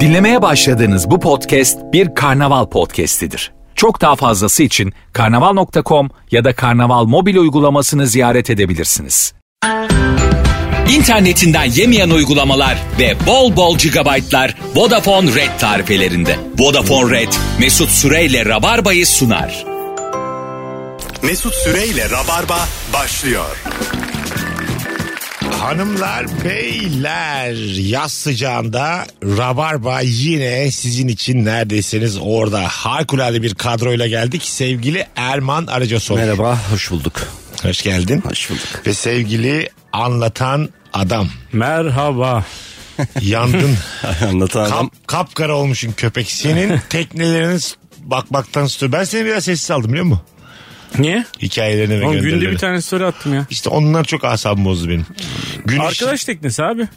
Dinlemeye başladığınız bu podcast bir karnaval podcastidir. Çok daha fazlası için karnaval.com ya da karnaval mobil uygulamasını ziyaret edebilirsiniz. İnternetinden yemeyen uygulamalar ve bol bol gigabaytlar Vodafone Red tarifelerinde. Vodafone Red, Mesut Süreyle Rabarba'yı sunar. Mesut Süreyle Rabarba başlıyor. Hanımlar, beyler yaz sıcağında Rabarba yine sizin için neredeyseniz orada harikulade bir kadroyla geldik. Sevgili Erman Arıcasoy. Merhaba, hoş bulduk. Hoş geldin. Hoş bulduk. Ve sevgili anlatan adam. Merhaba. Yandın. Anlatan adam. Kap, kapkara olmuşsun köpek. Senin teknelerinin s- bakmaktan tutuyor. Ben seni biraz sessiz aldım biliyor musun? Niye? Hikayelerini ve Oğlum günde gönderilerini. bir tane story attım ya. İşte onlar çok asabım bozdu benim. Gün işi- Arkadaş teknesi abi.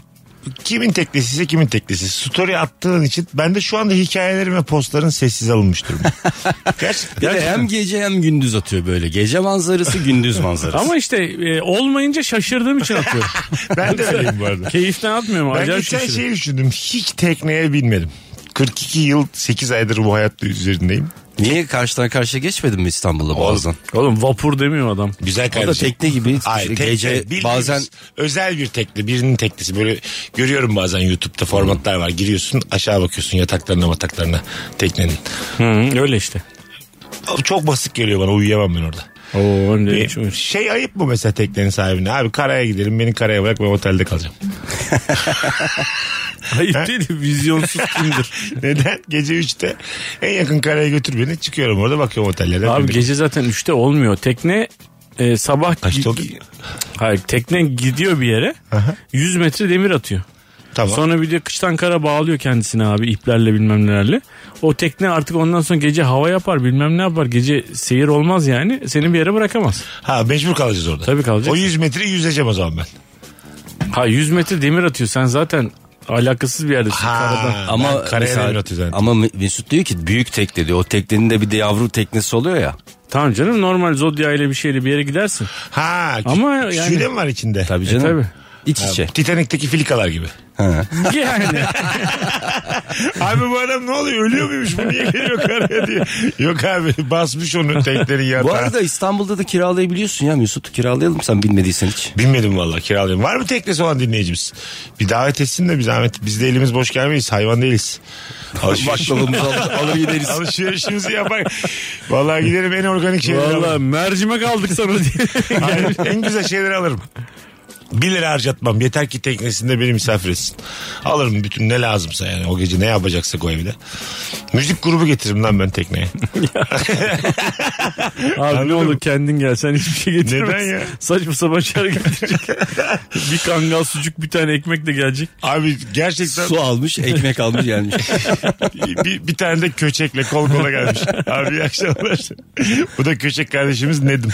kimin teknesi ise kimin teknesi. Story attığın için ben de şu anda hikayelerim ve postların sessiz alınmış durumda. Gerçekten. Bir de hem gece hem gündüz atıyor böyle. Gece manzarası, gündüz manzarası. Ama işte e, olmayınca şaşırdığım için atıyorum. Ben de öyleyim bu arada. Keyiften atmıyorum. Ben Acayip geçen şaşırdım. şeyi düşündüm. Hiç tekneye binmedim. 42 yıl 8 aydır bu hayatta üzerindeyim. Niye karşıdan karşıya geçmedin mi İstanbul'la boğazdan? Oğlum vapur demiyor adam. Güzel O da kardeşim. tekne gibi. Hayır, şey. tekne, gece bildiğimiz bazen özel bir tekne birinin teknesi böyle görüyorum bazen YouTube'da formatlar var giriyorsun aşağı bakıyorsun yataklarına mataklarına teknenin Hı, öyle işte. çok basit geliyor bana uyuyamam ben orada Oo, önde Bir şey ayıp mı mesela teknenin sahibine? Abi karaya gidelim beni karaya bırak ben otelde kalacağım. Ayıp değil mi? vizyonsuz kimdir? Neden? Gece 3'te en yakın karaya götür beni. Çıkıyorum orada bakıyorum otellerden. abi Bir- gece zaten 3'te olmuyor. Tekne e, sabah... Kaçta oldu? Hayır tekne gidiyor bir yere. 100 metre demir atıyor. Tamam. Sonra bir de kıştan kara bağlıyor kendisini abi iplerle bilmem nelerle. O tekne artık ondan sonra gece hava yapar bilmem ne yapar. Gece seyir olmaz yani. Seni bir yere bırakamaz. Ha mecbur kalacağız orada. Tabii kalacak. O 100 metre yüzeceğim o zaman ben. Ha 100 metre demir atıyor. Sen zaten alakasız bir yerdesin. Ha, karadan. ama ama karaya mesela- demir atıyor zaten. ama Mesut diyor ki büyük tekne diyor. O teknenin de bir de yavru teknesi oluyor ya. Tamam canım normal zodya ile bir şeyle bir yere gidersin. Ha, Ama ama yani- Şöyle mi var içinde? Tabii E, canım. tabii. Şey. İç içe. Titanik'teki filikalar gibi. Yani. abi bu adam ne oluyor? Ölüyor muymuş? Bu niye geliyor karaya diye. Yok abi basmış onu teknenin yatağı. Bu arada İstanbul'da da kiralayabiliyorsun ya Mesut. Kiralayalım sen bilmediysen hiç. Bilmedim vallahi kiralayayım. Var mı teknesi olan dinleyicimiz? Bir davet etsin de bir zahmet. Biz de elimiz boş gelmeyiz. Hayvan değiliz. Alışveriş- Baklavamızı alır, alır gideriz. Alışverişimizi yapar. Vallahi giderim en organik şeyleri Valla alırım. mercimek aldık sana diye. Hayır, en güzel şeyleri alırım. 1 lira harcatmam. Yeter ki teknesinde beni misafir etsin. Alırım bütün ne lazımsa yani. O gece ne yapacaksak o evde. Müzik grubu getiririm lan ben tekneye. Abi ne olur kendin gel sen hiçbir şey getirmezsin. Neden ya? Saçma sapan şeyler getirecek. bir kangal sucuk bir tane ekmek de gelecek. Abi gerçekten Su almış, ekmek almış gelmiş. bir, bir tane de köçekle kol kola gelmiş. Abi iyi akşamlar. Bu da köçek kardeşimiz Nedim.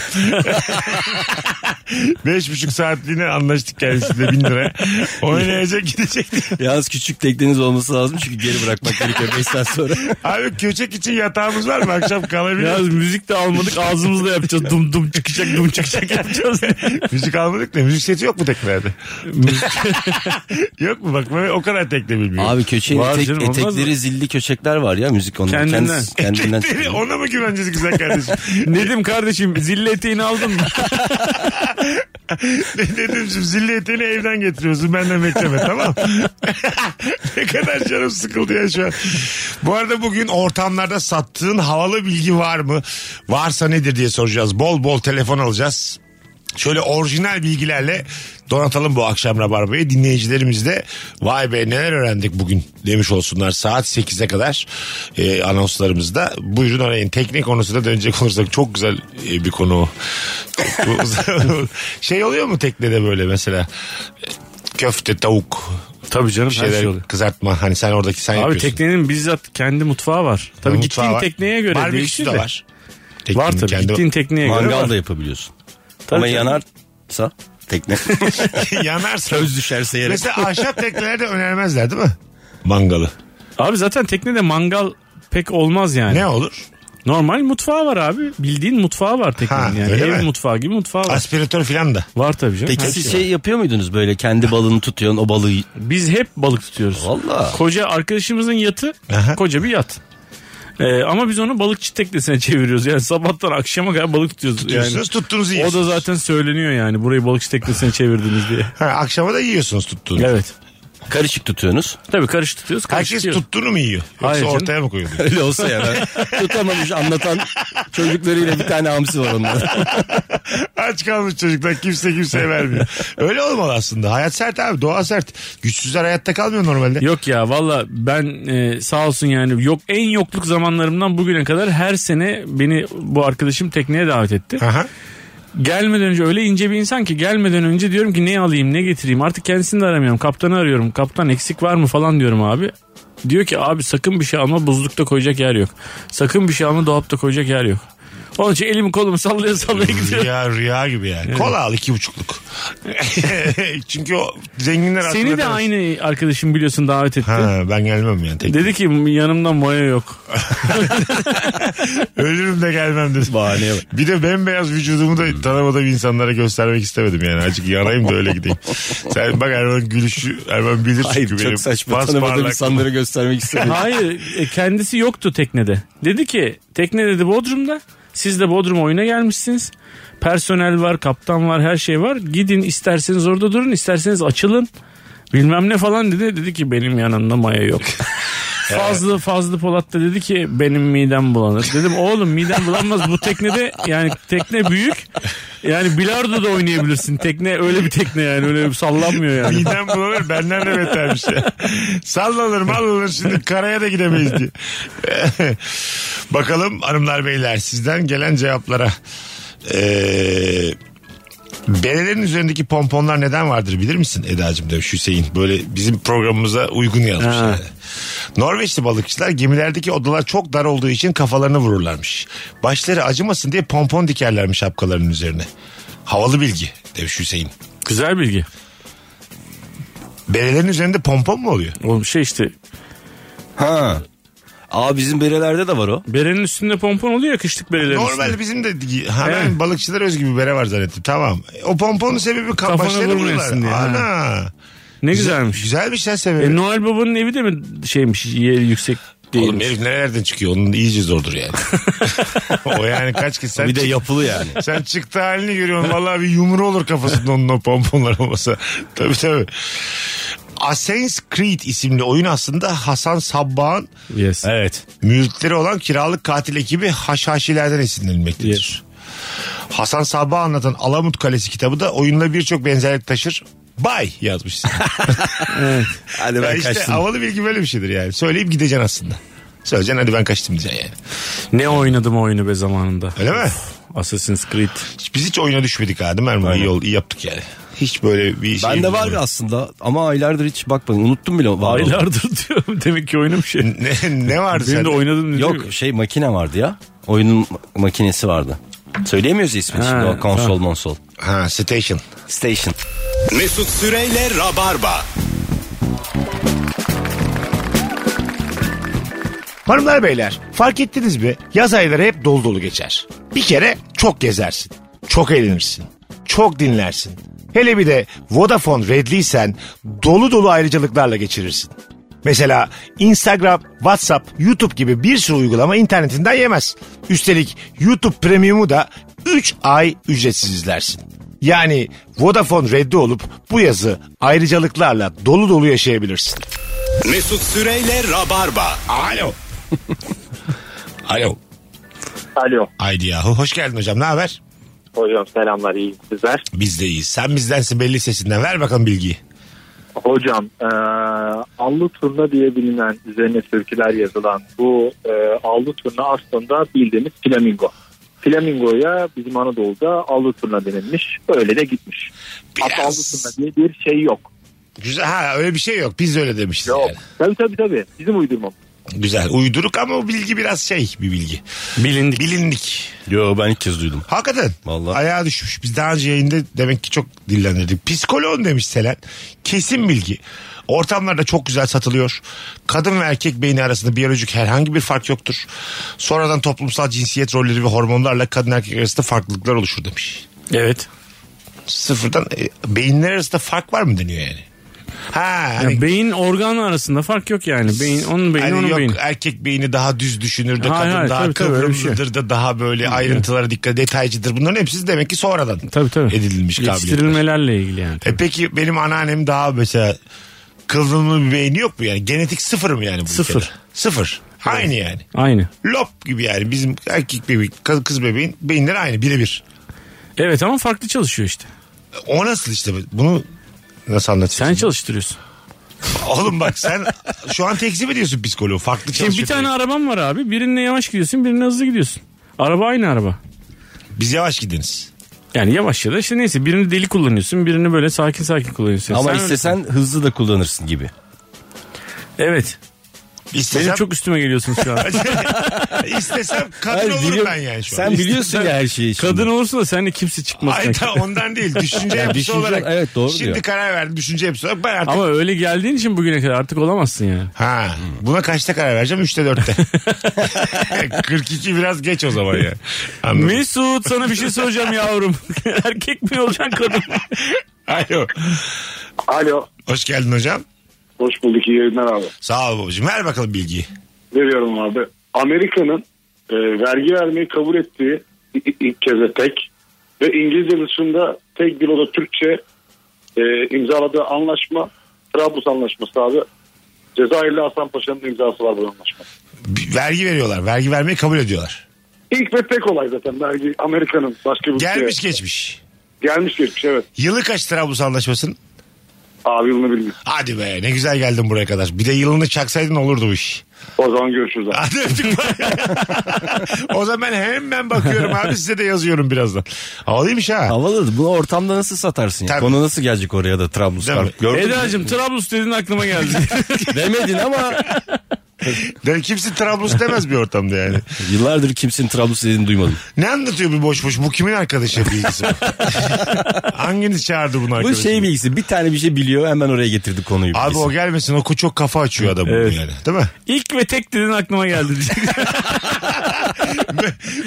Beş buçuk saatliğine anlaştık kendisiyle bin lira. Oynayacak gidecek. Yalnız küçük tekneniz olması lazım çünkü geri bırakmak gerekiyor 5 saat sonra. Abi köçek için yatağımız var mı? Akşam Ya kalabiliriz. müzik de almadık ağzımızla yapacağız. Dum dum çıkacak dum çıkacak yapacağız. müzik almadık da müzik seti yok mu teknelerde? yok mu? Bak ben o kadar tekne bilmiyorum. Abi köşeğin Var etek, canım, olmaz etekleri zilli köşekler var ya müzik onun. Kendinden. Kendisi- kendinden Deli, çıkıyor. ona mı güveneceğiz güzel kardeşim? Nedim kardeşim zille eteğini aldın mı? Dedimciğim zilli eteğini evden getiriyorsun benden bekleme tamam. ne kadar canım sıkıldı ya şu an. Bu arada bugün ortamlarda sattığın havalı bilgi var mı? Varsa nedir diye soracağız. Bol bol telefon alacağız. Şöyle orijinal bilgilerle donatalım bu akşam Rabarba'yı. Dinleyicilerimiz de vay be neler öğrendik bugün demiş olsunlar. Saat 8'e kadar e, anonslarımızda. Buyurun arayın. Tekne konusuna dönecek olursak çok güzel e, bir konu o. Bu- şey oluyor mu teknede böyle mesela? Köfte, tavuk, Tabii canım bir şeyler kızartma. Hani sen oradaki sen şey Abi şey yapıyorsun. teknenin bizzat kendi mutfağı var. Tabii Mutfağı gittiğin var. tekneye göre Barbeküsü değişir de. de Var. var. Teknenin tabii kendi- gittiğin tekneye göre Mangal var. da yapabiliyorsun. Tabii Ama canım. yanarsa tekne. Yanarsın. Söz düşerse yere. Mesela ahşap teknelerde önermezler değil mi? Mangalı. Abi zaten teknede mangal pek olmaz yani. Ne olur? Normal mutfağı var abi. Bildiğin mutfağı var teknenin Ha, yani. öyle Ev mi? mutfağı gibi mutfağı var. Aspiratör filan da. var tabii canım. Peki Her siz şey var. şey yapıyor muydunuz böyle kendi balını tutuyorsun o balığı? Biz hep balık tutuyoruz. Valla. Koca arkadaşımızın yatı Aha. koca bir yat. Ee, ama biz onu balıkçı teknesine çeviriyoruz. Yani sabahtan akşama kadar balık tutuyoruz. Tutuyorsunuz yani. tuttuğunuzu O yiyorsunuz. da zaten söyleniyor yani. Burayı balıkçı teknesine çevirdiniz diye. Ha, akşama da yiyorsunuz tuttuğunu. Evet. Karışık tutuyorsunuz. Tabii karış tutuyoruz. Karış Herkes tutuyoruz. tuttuğunu mu yiyor? Yoksa Hayır canım. ortaya mı koyuluyor? Öyle olsa ya ben tutamamış anlatan çocuklarıyla bir tane hamsi var onların. Aç kalmış çocuklar kimse kimseye vermiyor. Öyle olmalı aslında. Hayat sert abi doğa sert. Güçsüzler hayatta kalmıyor normalde. Yok ya valla ben e, sağ olsun yani yok en yokluk zamanlarımdan bugüne kadar her sene beni bu arkadaşım tekneye davet etti. Aha. Gelmeden önce öyle ince bir insan ki gelmeden önce diyorum ki ne alayım ne getireyim artık kendisini de aramıyorum. Kaptanı arıyorum kaptan eksik var mı falan diyorum abi. Diyor ki abi sakın bir şey alma buzlukta koyacak yer yok. Sakın bir şey alma dolapta koyacak yer yok. Onun için elimi kolumu sallaya sallaya gidiyorum. Rüya rüya gibi yani. Kola al iki buçukluk. Çünkü o zenginler Seni de hatırlatamaz. aynı arkadaşım biliyorsun davet etti. Ha, ben gelmem yani tek. Dedi ki yanımda moya yok. Ölürüm de gelmem dedim. Bahaneye bak. Bir de bembeyaz vücudumu da tanımadığım insanlara göstermek istemedim yani. Azıcık yanayım da öyle gideyim. Sen bak Erman gülüşü, Erman bilir Hayır çünkü benim çok saçma bas tanımadığım parlaklığımı. insanlara göstermek istedim. Hayır e, kendisi yoktu teknede. Dedi ki tekne dedi Bodrum'da. Siz de Bodrum oyuna gelmişsiniz. Personel var, kaptan var, her şey var. Gidin isterseniz orada durun, isterseniz açılın. Bilmem ne falan dedi. Dedi ki benim yanımda maya yok. Fazlı Fazlı Polat da dedi ki benim midem bulanır. Dedim oğlum midem bulanmaz bu teknede yani tekne büyük. Yani bilardo da oynayabilirsin. Tekne öyle bir tekne yani öyle bir sallanmıyor yani. Midem bulanır benden de betermiş ya. Sallanır mallanır şimdi karaya da gidemeyiz diye. Bakalım hanımlar beyler sizden gelen cevaplara. Ee, Berelerin üzerindeki pomponlar neden vardır bilir misin Eda'cığım demiş Hüseyin. Böyle bizim programımıza uygun yazmış. Ha. yani. Norveçli balıkçılar gemilerdeki odalar çok dar olduğu için kafalarını vururlarmış. Başları acımasın diye pompon dikerlermiş şapkalarının üzerine. Havalı bilgi demiş Hüseyin. Güzel bilgi. Berelerin üzerinde pompon mu oluyor? Oğlum şey işte Ha. Aa bizim berelerde de var o. Berenin üstünde pompon oluyor ya kışlık berelerin üstünde. Normal bizim de ha, ben Evet. balıkçılar özgü bir bere var zannettim. Tamam. O pomponun sebebi Kafana kapaçları vurmayasın bunlar. diye, ha. Ana. Ne güzelmiş. Güzelmiş ya sebebi. E, Noel Baba'nın evi de mi şeymiş yeri yüksek Oğlum değilmiş. herif nerelerden çıkıyor? Onun iyice zordur yani. o yani kaç kişi sen Bir de çık- yapılı yani. Sen çıktı halini görüyorsun. Vallahi bir yumru olur kafasında onun o pomponlar olmasa. tabii tabii. Assassin's Creed isimli oyun aslında Hasan Sabbah'ın Yes. Evet. mülkleri olan kiralık katil ekibi haşhaşilerden esinlenilmektedir. Hasan Sabbah anlatan Alamut Kalesi kitabı da oyunla birçok benzerlik taşır. Bay yazmış. Hadi Ya ben işte kaçtım. havalı bilgi böyle bir şeydir yani. Söyleyip gideceksin aslında. Söyleyeceksin hadi ben kaçtım diyeceksin yani. Ne oynadım o oyunu be zamanında. Öyle mi? Assassin's Creed. Hiç- Biz hiç oyuna düşmedik ha değil mi Erman? İyi, oldu, iyi yaptık yani. Hiç böyle bir şey. Ben de var aslında ama aylardır hiç bakmadım. Unuttum bile. var olduğunu. Aylardır diyorum. Demek ki oynamış. ya. Ne, ne vardı Benim de sende? oynadım dedi. Yok şey makine vardı ya. Oyunun ma- makinesi vardı. Söyleyemiyoruz ismini Ha, şimdi o konsol tamam. monsol. Ha station. Station. Mesut Süreyle Rabarba. Hanımlar beyler fark ettiniz mi? Yaz ayları hep dolu dolu geçer. Bir kere çok gezersin. Çok eğlenirsin. Çok dinlersin. Hele bir de Vodafone Redliysen dolu dolu ayrıcalıklarla geçirirsin. Mesela Instagram, WhatsApp, YouTube gibi bir sürü uygulama internetinden yemez. Üstelik YouTube Premium'u da 3 ay ücretsiz izlersin. Yani Vodafone Red'de olup bu yazı ayrıcalıklarla dolu dolu yaşayabilirsin. Mesut Süreyle Rabarba. Alo. Alo. Alo. Haydi yahu. Hoş geldin hocam. Ne haber? Hocam selamlar iyi sizler. Biz de iyiyiz. Sen bizdensin belli sesinden. Ver bakalım bilgiyi. Hocam eee allı turna diye bilinen üzerine türküler yazılan bu eee allı turna aslında bildiğimiz flamingo. Flamingo'ya bizim Anadolu'da allı turna denilmiş. Öyle de gitmiş. Hatta allı turna Biraz. diye bir şey yok. Güzel. Ha öyle bir şey yok. Biz de öyle demişiz. Yok. yani. Tabii tabii tabii. Bizim uydurmamız. Güzel. Uyduruk ama o bilgi biraz şey bir bilgi. Bilindik. Bilindik. Yo ben ilk kez duydum. Hakikaten. Vallahi. Ayağa düşmüş. Biz daha önce yayında demek ki çok dillendirdik. Psikoloğun demiş Selen. Kesin bilgi. Ortamlarda çok güzel satılıyor. Kadın ve erkek beyni arasında biyolojik herhangi bir fark yoktur. Sonradan toplumsal cinsiyet rolleri ve hormonlarla kadın erkek arasında farklılıklar oluşur demiş. Evet. Sıfırdan e, beyinler arasında fark var mı deniyor yani? Ha, hani- Yani beyin organı arasında fark yok yani. Beyin onun beyni Hani onun yok beyni. erkek beyni daha düz düşünür de Hayır, kadın hayır, daha tabii, tabii, öyle bir şey. kıvrımlıdır da daha böyle ayrıntılara dikkat detaycıdır. Bunların hepsi demek ki sonradan Tabii tabii. edilmiş kabiliyetler. Yetiştirilmelerle ilgili yani. E peki benim anneannem daha mesela kıvrımlı bir beyni yok mu yani? Genetik sıfır mı yani bu Sıfır. ülkede? Sıfır. Aynı yani. Aynı. Lop gibi yani bizim erkek bebeğin kız- kız bebeğin beyinleri aynı birebir. Evet ama farklı çalışıyor işte. O nasıl işte bunu nasıl Sen anlatacaksın? çalıştırıyorsun. Oğlum bak sen şu an tekzip ediyorsun psikoloğu. Farklı Şimdi bir çalışıyor. tane arabam var abi. Birine yavaş gidiyorsun, birine hızlı gidiyorsun. Araba aynı araba. Biz yavaş gidiniz. Yani yavaş ya da işte neyse birini deli kullanıyorsun, birini böyle sakin sakin kullanıyorsun. Ama Sen istesen hızlı da kullanırsın gibi. öyle- Evet. Benim İstesem, çok üstüme geliyorsun şu an. istesem kadın Hayır, olurum biliyorum- ben yani şu an. Sen biliyorsun ya her şeyi. şimdi. Kadın olursa da seninle kimse çıkmasın. Hayır da ondan değil. Düşünce yapısı düşünce- olarak. evet, doğru Şimdi diyor. karar verdim. Düşünce yapısı olarak ben artık. Ama öyle geldiğin için bugüne kadar artık olamazsın yani. Ha, buna kaçta karar vereceğim? Üçte dörtte. 42 biraz geç o zaman ya. Anladım. Mesut sana bir şey soracağım yavrum. Erkek mi olacaksın kadın mı? Alo. Alo. Hoş geldin hocam. Hoş bulduk. iyi yayınlar abi. Sağ ol babacığım. Ver bakalım bilgiyi. Veriyorum abi. Amerika'nın e, vergi vermeyi kabul ettiği i- i- ilk kez de tek ve İngilizce dışında tek bir oda Türkçe e, imzaladığı anlaşma Trablus Anlaşması abi. Cezayirli Hasan Paşa'nın imzası var bu anlaşma. Bir- Vergi veriyorlar. Vergi vermeyi kabul ediyorlar. İlk ve tek olay zaten vergi Amerika'nın başka bir Gelmiş ülkeye- geçmiş. Gelmiş geçmiş evet. Yılı kaç Trablus Anlaşması'nın? Abi yılını bilmiyorum. Hadi be ne güzel geldin buraya kadar. Bir de yılını çaksaydın olurdu bu iş. O zaman görüşürüz abi. Hadi öptük. o zaman ben hemen bakıyorum abi size de yazıyorum birazdan. Havalıymış ha. Havalı da bunu ortamda nasıl satarsın? Ya? Tabii. Konu nasıl gelecek oraya da Değil Trablusgar? mi? Gördün mü? Eda'cığım Trablus dedin aklıma geldi. Demedin ama Yani kimse Trablus demez bir ortamda yani. yıllardır kimsenin Trablus dediğini duymadım. Ne anlatıyor bu boş boş? Bu kimin arkadaşı bilgisi? bu? Hanginiz çağırdı bunu Bu arkadaşı? şey bilgisi bir tane bir şey biliyor hemen oraya getirdi konuyu. Abi bilgisi. o gelmesin oku çok kafa açıyor adamın Evet. yani. Değil mi? İlk ve tek dedin aklıma geldi. diyecek.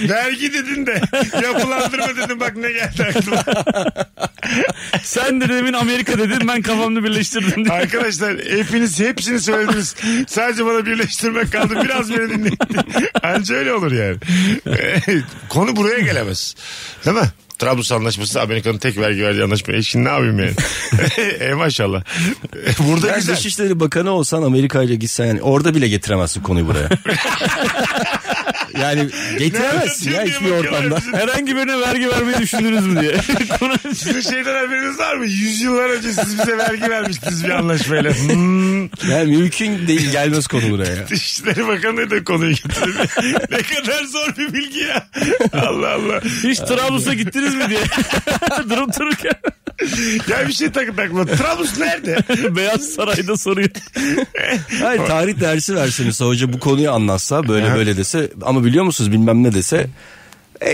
Vergi dedin de yapılandırma dedin bak ne geldi aklıma. Sen de demin Amerika dedin ben kafamda birleştirdim diye. Arkadaşlar hepiniz hepsini söylediniz. Sadece bana birleştirmek kaldı. Biraz beni dinleyin. Anca öyle olur yani. Konu buraya gelemez. Değil mi? Trablus Anlaşması Amerika'nın tek vergi verdiği anlaşma. E şimdi ne yapayım yani? e maşallah. Burada Ben güzel. Dışişleri Bakanı olsan Amerika ile gitsen yani orada bile getiremezsin konuyu buraya. yani getiremezsin ya Ne hiçbir ortamda. yapıyorsun Herhangi birine vergi vermeyi düşündünüz mü diye. Sizin şeyden haberiniz var mı? Yüzyıllar önce siz bize vergi vermiştiniz bir anlaşmayla. Hmm. Yani mümkün değil gelmez konu buraya. ya. Dışişleri Bakanı da konuyu getirdi. ne kadar zor bir bilgi ya. Allah Allah. Hiç Trablus'a gittiniz mi diye. Durup dururken Ya bir şey takın takma. Trablus nerede? Beyaz Saray'da soruyor. Hayır tarih dersi verseniz hoca bu konuyu anlatsa böyle böyle dese ama biliyor musunuz bilmem ne dese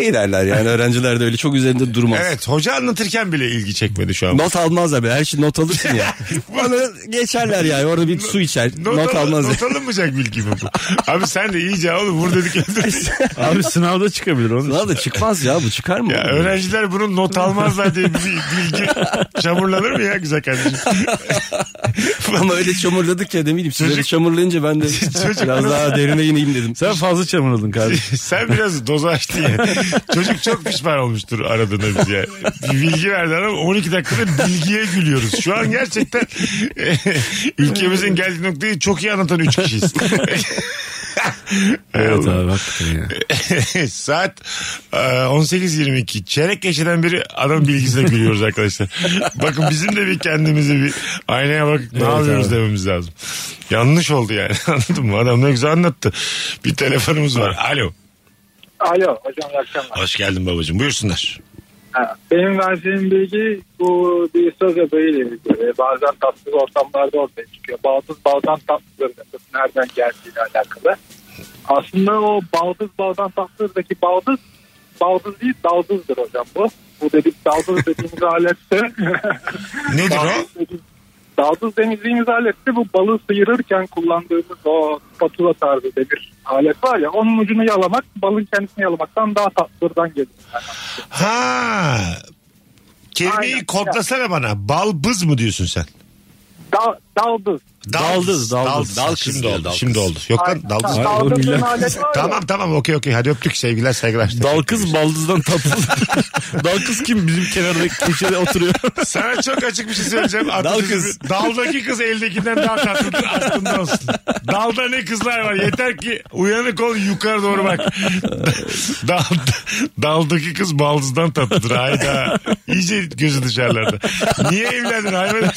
iyi derler yani öğrenciler de öyle çok üzerinde durmaz. Evet hoca anlatırken bile ilgi çekmedi şu an. Not almazlar be her şey not alırsın ya. Onu geçerler yani orada bir su içer not, al- almaz. Not alınmayacak bilgi mi bu? Abi sen de iyice oğlum vur dedik öldür. Abi sınavda çıkabilir onun. Lan da çıkmaz ya bu çıkar mı? Ya öğrenciler bunun not almazlar diye bir bilgi çamurlanır mı ya güzel kardeşim? Ama öyle çamurladık ya demeyeyim. Sizleri Çocuk- çamurlayınca ben de biraz daha derine ineyim dedim. Sen fazla çamurladın kardeşim. Sen biraz dozu açtın ya. Çocuk çok pişman olmuştur aradığına bize. ya. Bir bilgi verdi adam 12 dakikada bilgiye gülüyoruz. Şu an gerçekten e, ülkemizin geldiği noktayı çok iyi anlatan 3 kişiyiz. Evet abi hakikaten ya. Saat e, 18.22. Çeyrek geçeden beri adam bilgisine gülüyoruz arkadaşlar. Bakın bizim de bir kendimizi bir aynaya bakıp ne yapıyoruz dememiz lazım. Yanlış oldu yani anladın mı? Adam ne güzel anlattı. Bir telefonumuz var. Alo. Alo hocam iyi akşamlar. Hoş geldin babacığım. Buyursunlar. Ha, Benim verdiğim bilgi bu bir söz adayıyla ilgili. Bazen tatsız ortamlarda ortaya çıkıyor. Baldız baldan tatlıdır lafı nereden geldiğiyle alakalı. Aslında o baldız baldan tatlıdaki baldız baldız değil daldızdır hocam bu. Bu dedik daldız dediğimiz alette Nedir o? baldız dediğimiz- Daldız Denizli'nin aleti bu balığı sıyırırken kullandığımız o spatula tarzı demir alet var ya onun ucunu yalamak balığın kendisini yalamaktan daha tatlıdan gelir. Yani. Ha. Kelimeyi Aynen. kodlasana bana. Balbız mı diyorsun sen? Dal, daldız. Daldız, daldız. Dal kız şimdi diyor, oldu. dal Şimdi kız. oldu. Yok lan Aynen. daldız. Dal- Hayır, Daldız'ın oğlum, aleti var ya. Tamam tamam okey okey. Hadi öptük sevgiler saygılar. Dal kız baldızdan tatlı. Dal kız kim? Bizim kenardaki köşede oturuyor. Sana çok açık bir şey söyleyeceğim. Dal Atatürk'ün- kız. Daldaki kız eldekinden daha tatlıdır aklında olsun. Dalda ne kızlar var. Yeter ki uyanık ol yukarı doğru bak. Dal, daldaki kız baldızdan tatlıdır. Hayda. İyice gözü dışarılarda. Niye evlendin hayvan?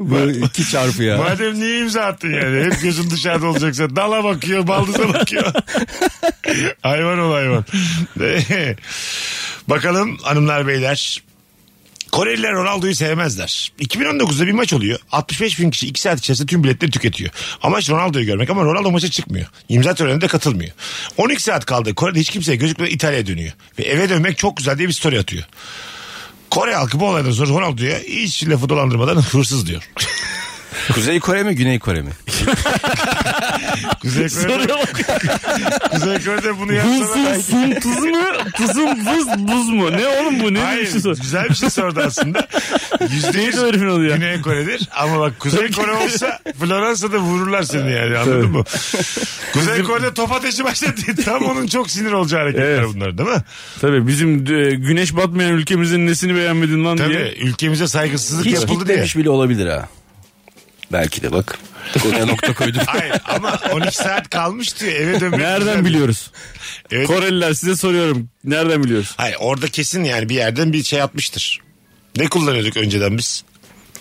Bu iki çarpı ya. Madem niye imza attın yani? Hep gözün dışarıda olacaksa. Dala bakıyor, baldıza bakıyor. hayvan ol hayvan. Bakalım hanımlar beyler. Koreliler Ronaldo'yu sevmezler. 2019'da bir maç oluyor. 65 bin kişi 2 saat içerisinde tüm biletleri tüketiyor. Amaç Ronaldo'yu görmek ama Ronaldo maça çıkmıyor. İmza törenine de katılmıyor. 12 saat kaldı. Kore'de hiç kimseye gözükmeden İtalya'ya dönüyor. Ve eve dönmek çok güzel diye bir story atıyor. Kore halkı bu olaydan sonra Ronaldo'ya hiç lafı dolandırmadan hırsız diyor. Kuzey Kore mi Güney Kore mi? Kuzey Kore'de Soruya bak. Kuzey Kore'de bunu yapsalar. Vızın sun tuz mu? Tuzun vız buz mu? Ne oğlum bu? Ne Hayır Hayır. Şey güzel bir şey sordu aslında. Yüzde yüz Neydi o herifin adı şey ya? Güney Kore'dir ama bak Kuzey Kore olsa Floransa'da vururlar seni yani anladın mı? Kuzey Kore'de top ateşi başladı. Tam onun çok sinir olacağı hareketler Evet. bunlar değil mi? Tabii bizim e, güneş batmayan ülkemizin nesini beğenmedin lan Tabii diye. ülkemize saygısızlık Hiç yapıldı diye. gitmemiş bile olabilir ha. Belki de bak. Konuya nokta koydum. Hayır ama 12 saat kalmış diyor eve dönmek. Nereden güzel. biliyoruz? Evet. Koreliler size soruyorum. Nereden biliyoruz? Hayır orada kesin yani bir yerden bir şey atmıştır. Ne kullanıyorduk önceden biz?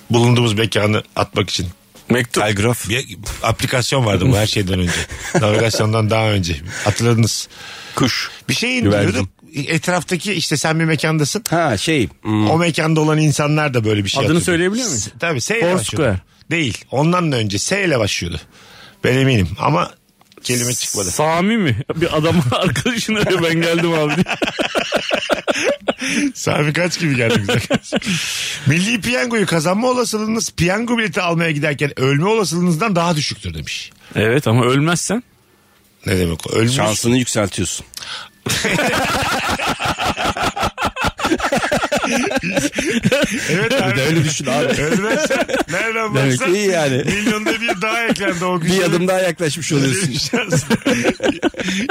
Bulunduğumuz mekanı atmak için. Mektup. Telgraf. Bir aplikasyon vardı bu her şeyden önce. Navigasyondan daha önce. Hatırladınız. Kuş. Bir şey indiriyorduk. Etraftaki işte sen bir mekandasın. Ha şey. hmm, O mekanda olan insanlar da böyle bir şey Adını atıyordu. söyleyebiliyor muyum? S- Tabii S ile Foursquare. başlıyordu. Değil. Ondan da önce S ile başlıyordu. Ben eminim ama kelime çıkmadı. Sami mi? Bir adam arkadaşını arıyor ben geldim abi. diye. Sami kaç gibi geldi bize karşı. Milli piyangoyu kazanma olasılığınız piyango bileti almaya giderken ölme olasılığınızdan daha düşüktür demiş. evet ama ölmezsen. Ne demek o? Ölmüş. Şansını yükseltiyorsun. Evet Bir abi. de öyle düşün abi. Ölmezsen nereden Demek baksan ki iyi yani. milyonda bir daha eklendi o gün. Bir adım daha yaklaşmış oluyorsun. Şans.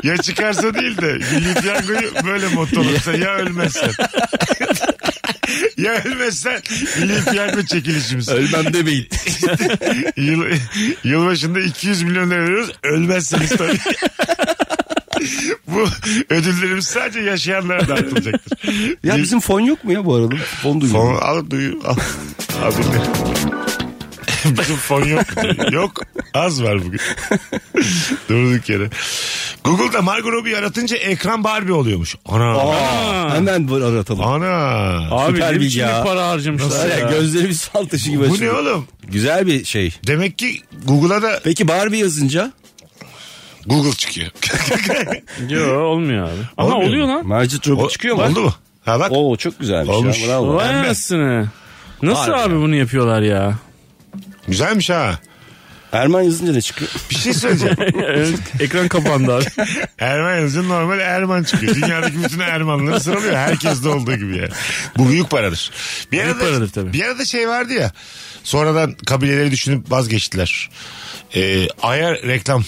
ya çıkarsa değil de Milli Piyango'yu böyle motto olursa ya ölmezsen. ya ölmezsen Milli Piyango çekilişimiz. Ölmem demeyin. Yıl, yılbaşında 200 milyon lira veriyoruz. Ölmezseniz tabii. Bu ödüllerimiz sadece yaşayanlara dağıtılacaktır. Ya bizim fon yok mu ya bu arada? Fon duyuyor. Fon al duyu al. Al dinle. Bizim fon yok. Yok az var bugün. Durduk yere. Google'da Margot Robbie aratınca ekran Barbie oluyormuş. Ana. Aa, hemen bu aratalım. Ana. Abi Süper ne bilgi biçim ya. bir para harcamışlar. Öyle ya. gözlerimiz fal taşı gibi Bu ne açılıyor. oğlum? Güzel bir şey. Demek ki Google'a da Peki Barbie yazınca? Google çıkıyor. Yo, olmuyor abi. Ama Olmuyor oluyor mu? lan. Mercit Robi çıkıyor mu? Oldu mu? Ha bak. Oo çok güzelmiş Olmuş. ya. Bravo. Vay anasını. Nasıl Harbi abi bunu yapıyorlar ya? Güzelmiş ha. Erman yazınca ne çıkıyor? Bir şey söyleyeceğim. Evet, Ekran kapandı abi. Erman yazınca normal Erman çıkıyor. Dünyadaki bütün Ermanları sıralıyor. Herkes de olduğu gibi yani. Bu büyük paradır. Bir Büyük paradır tabii. Bir arada şey vardı ya. Sonradan kabileleri düşünüp vazgeçtiler. Ee, aya reklam.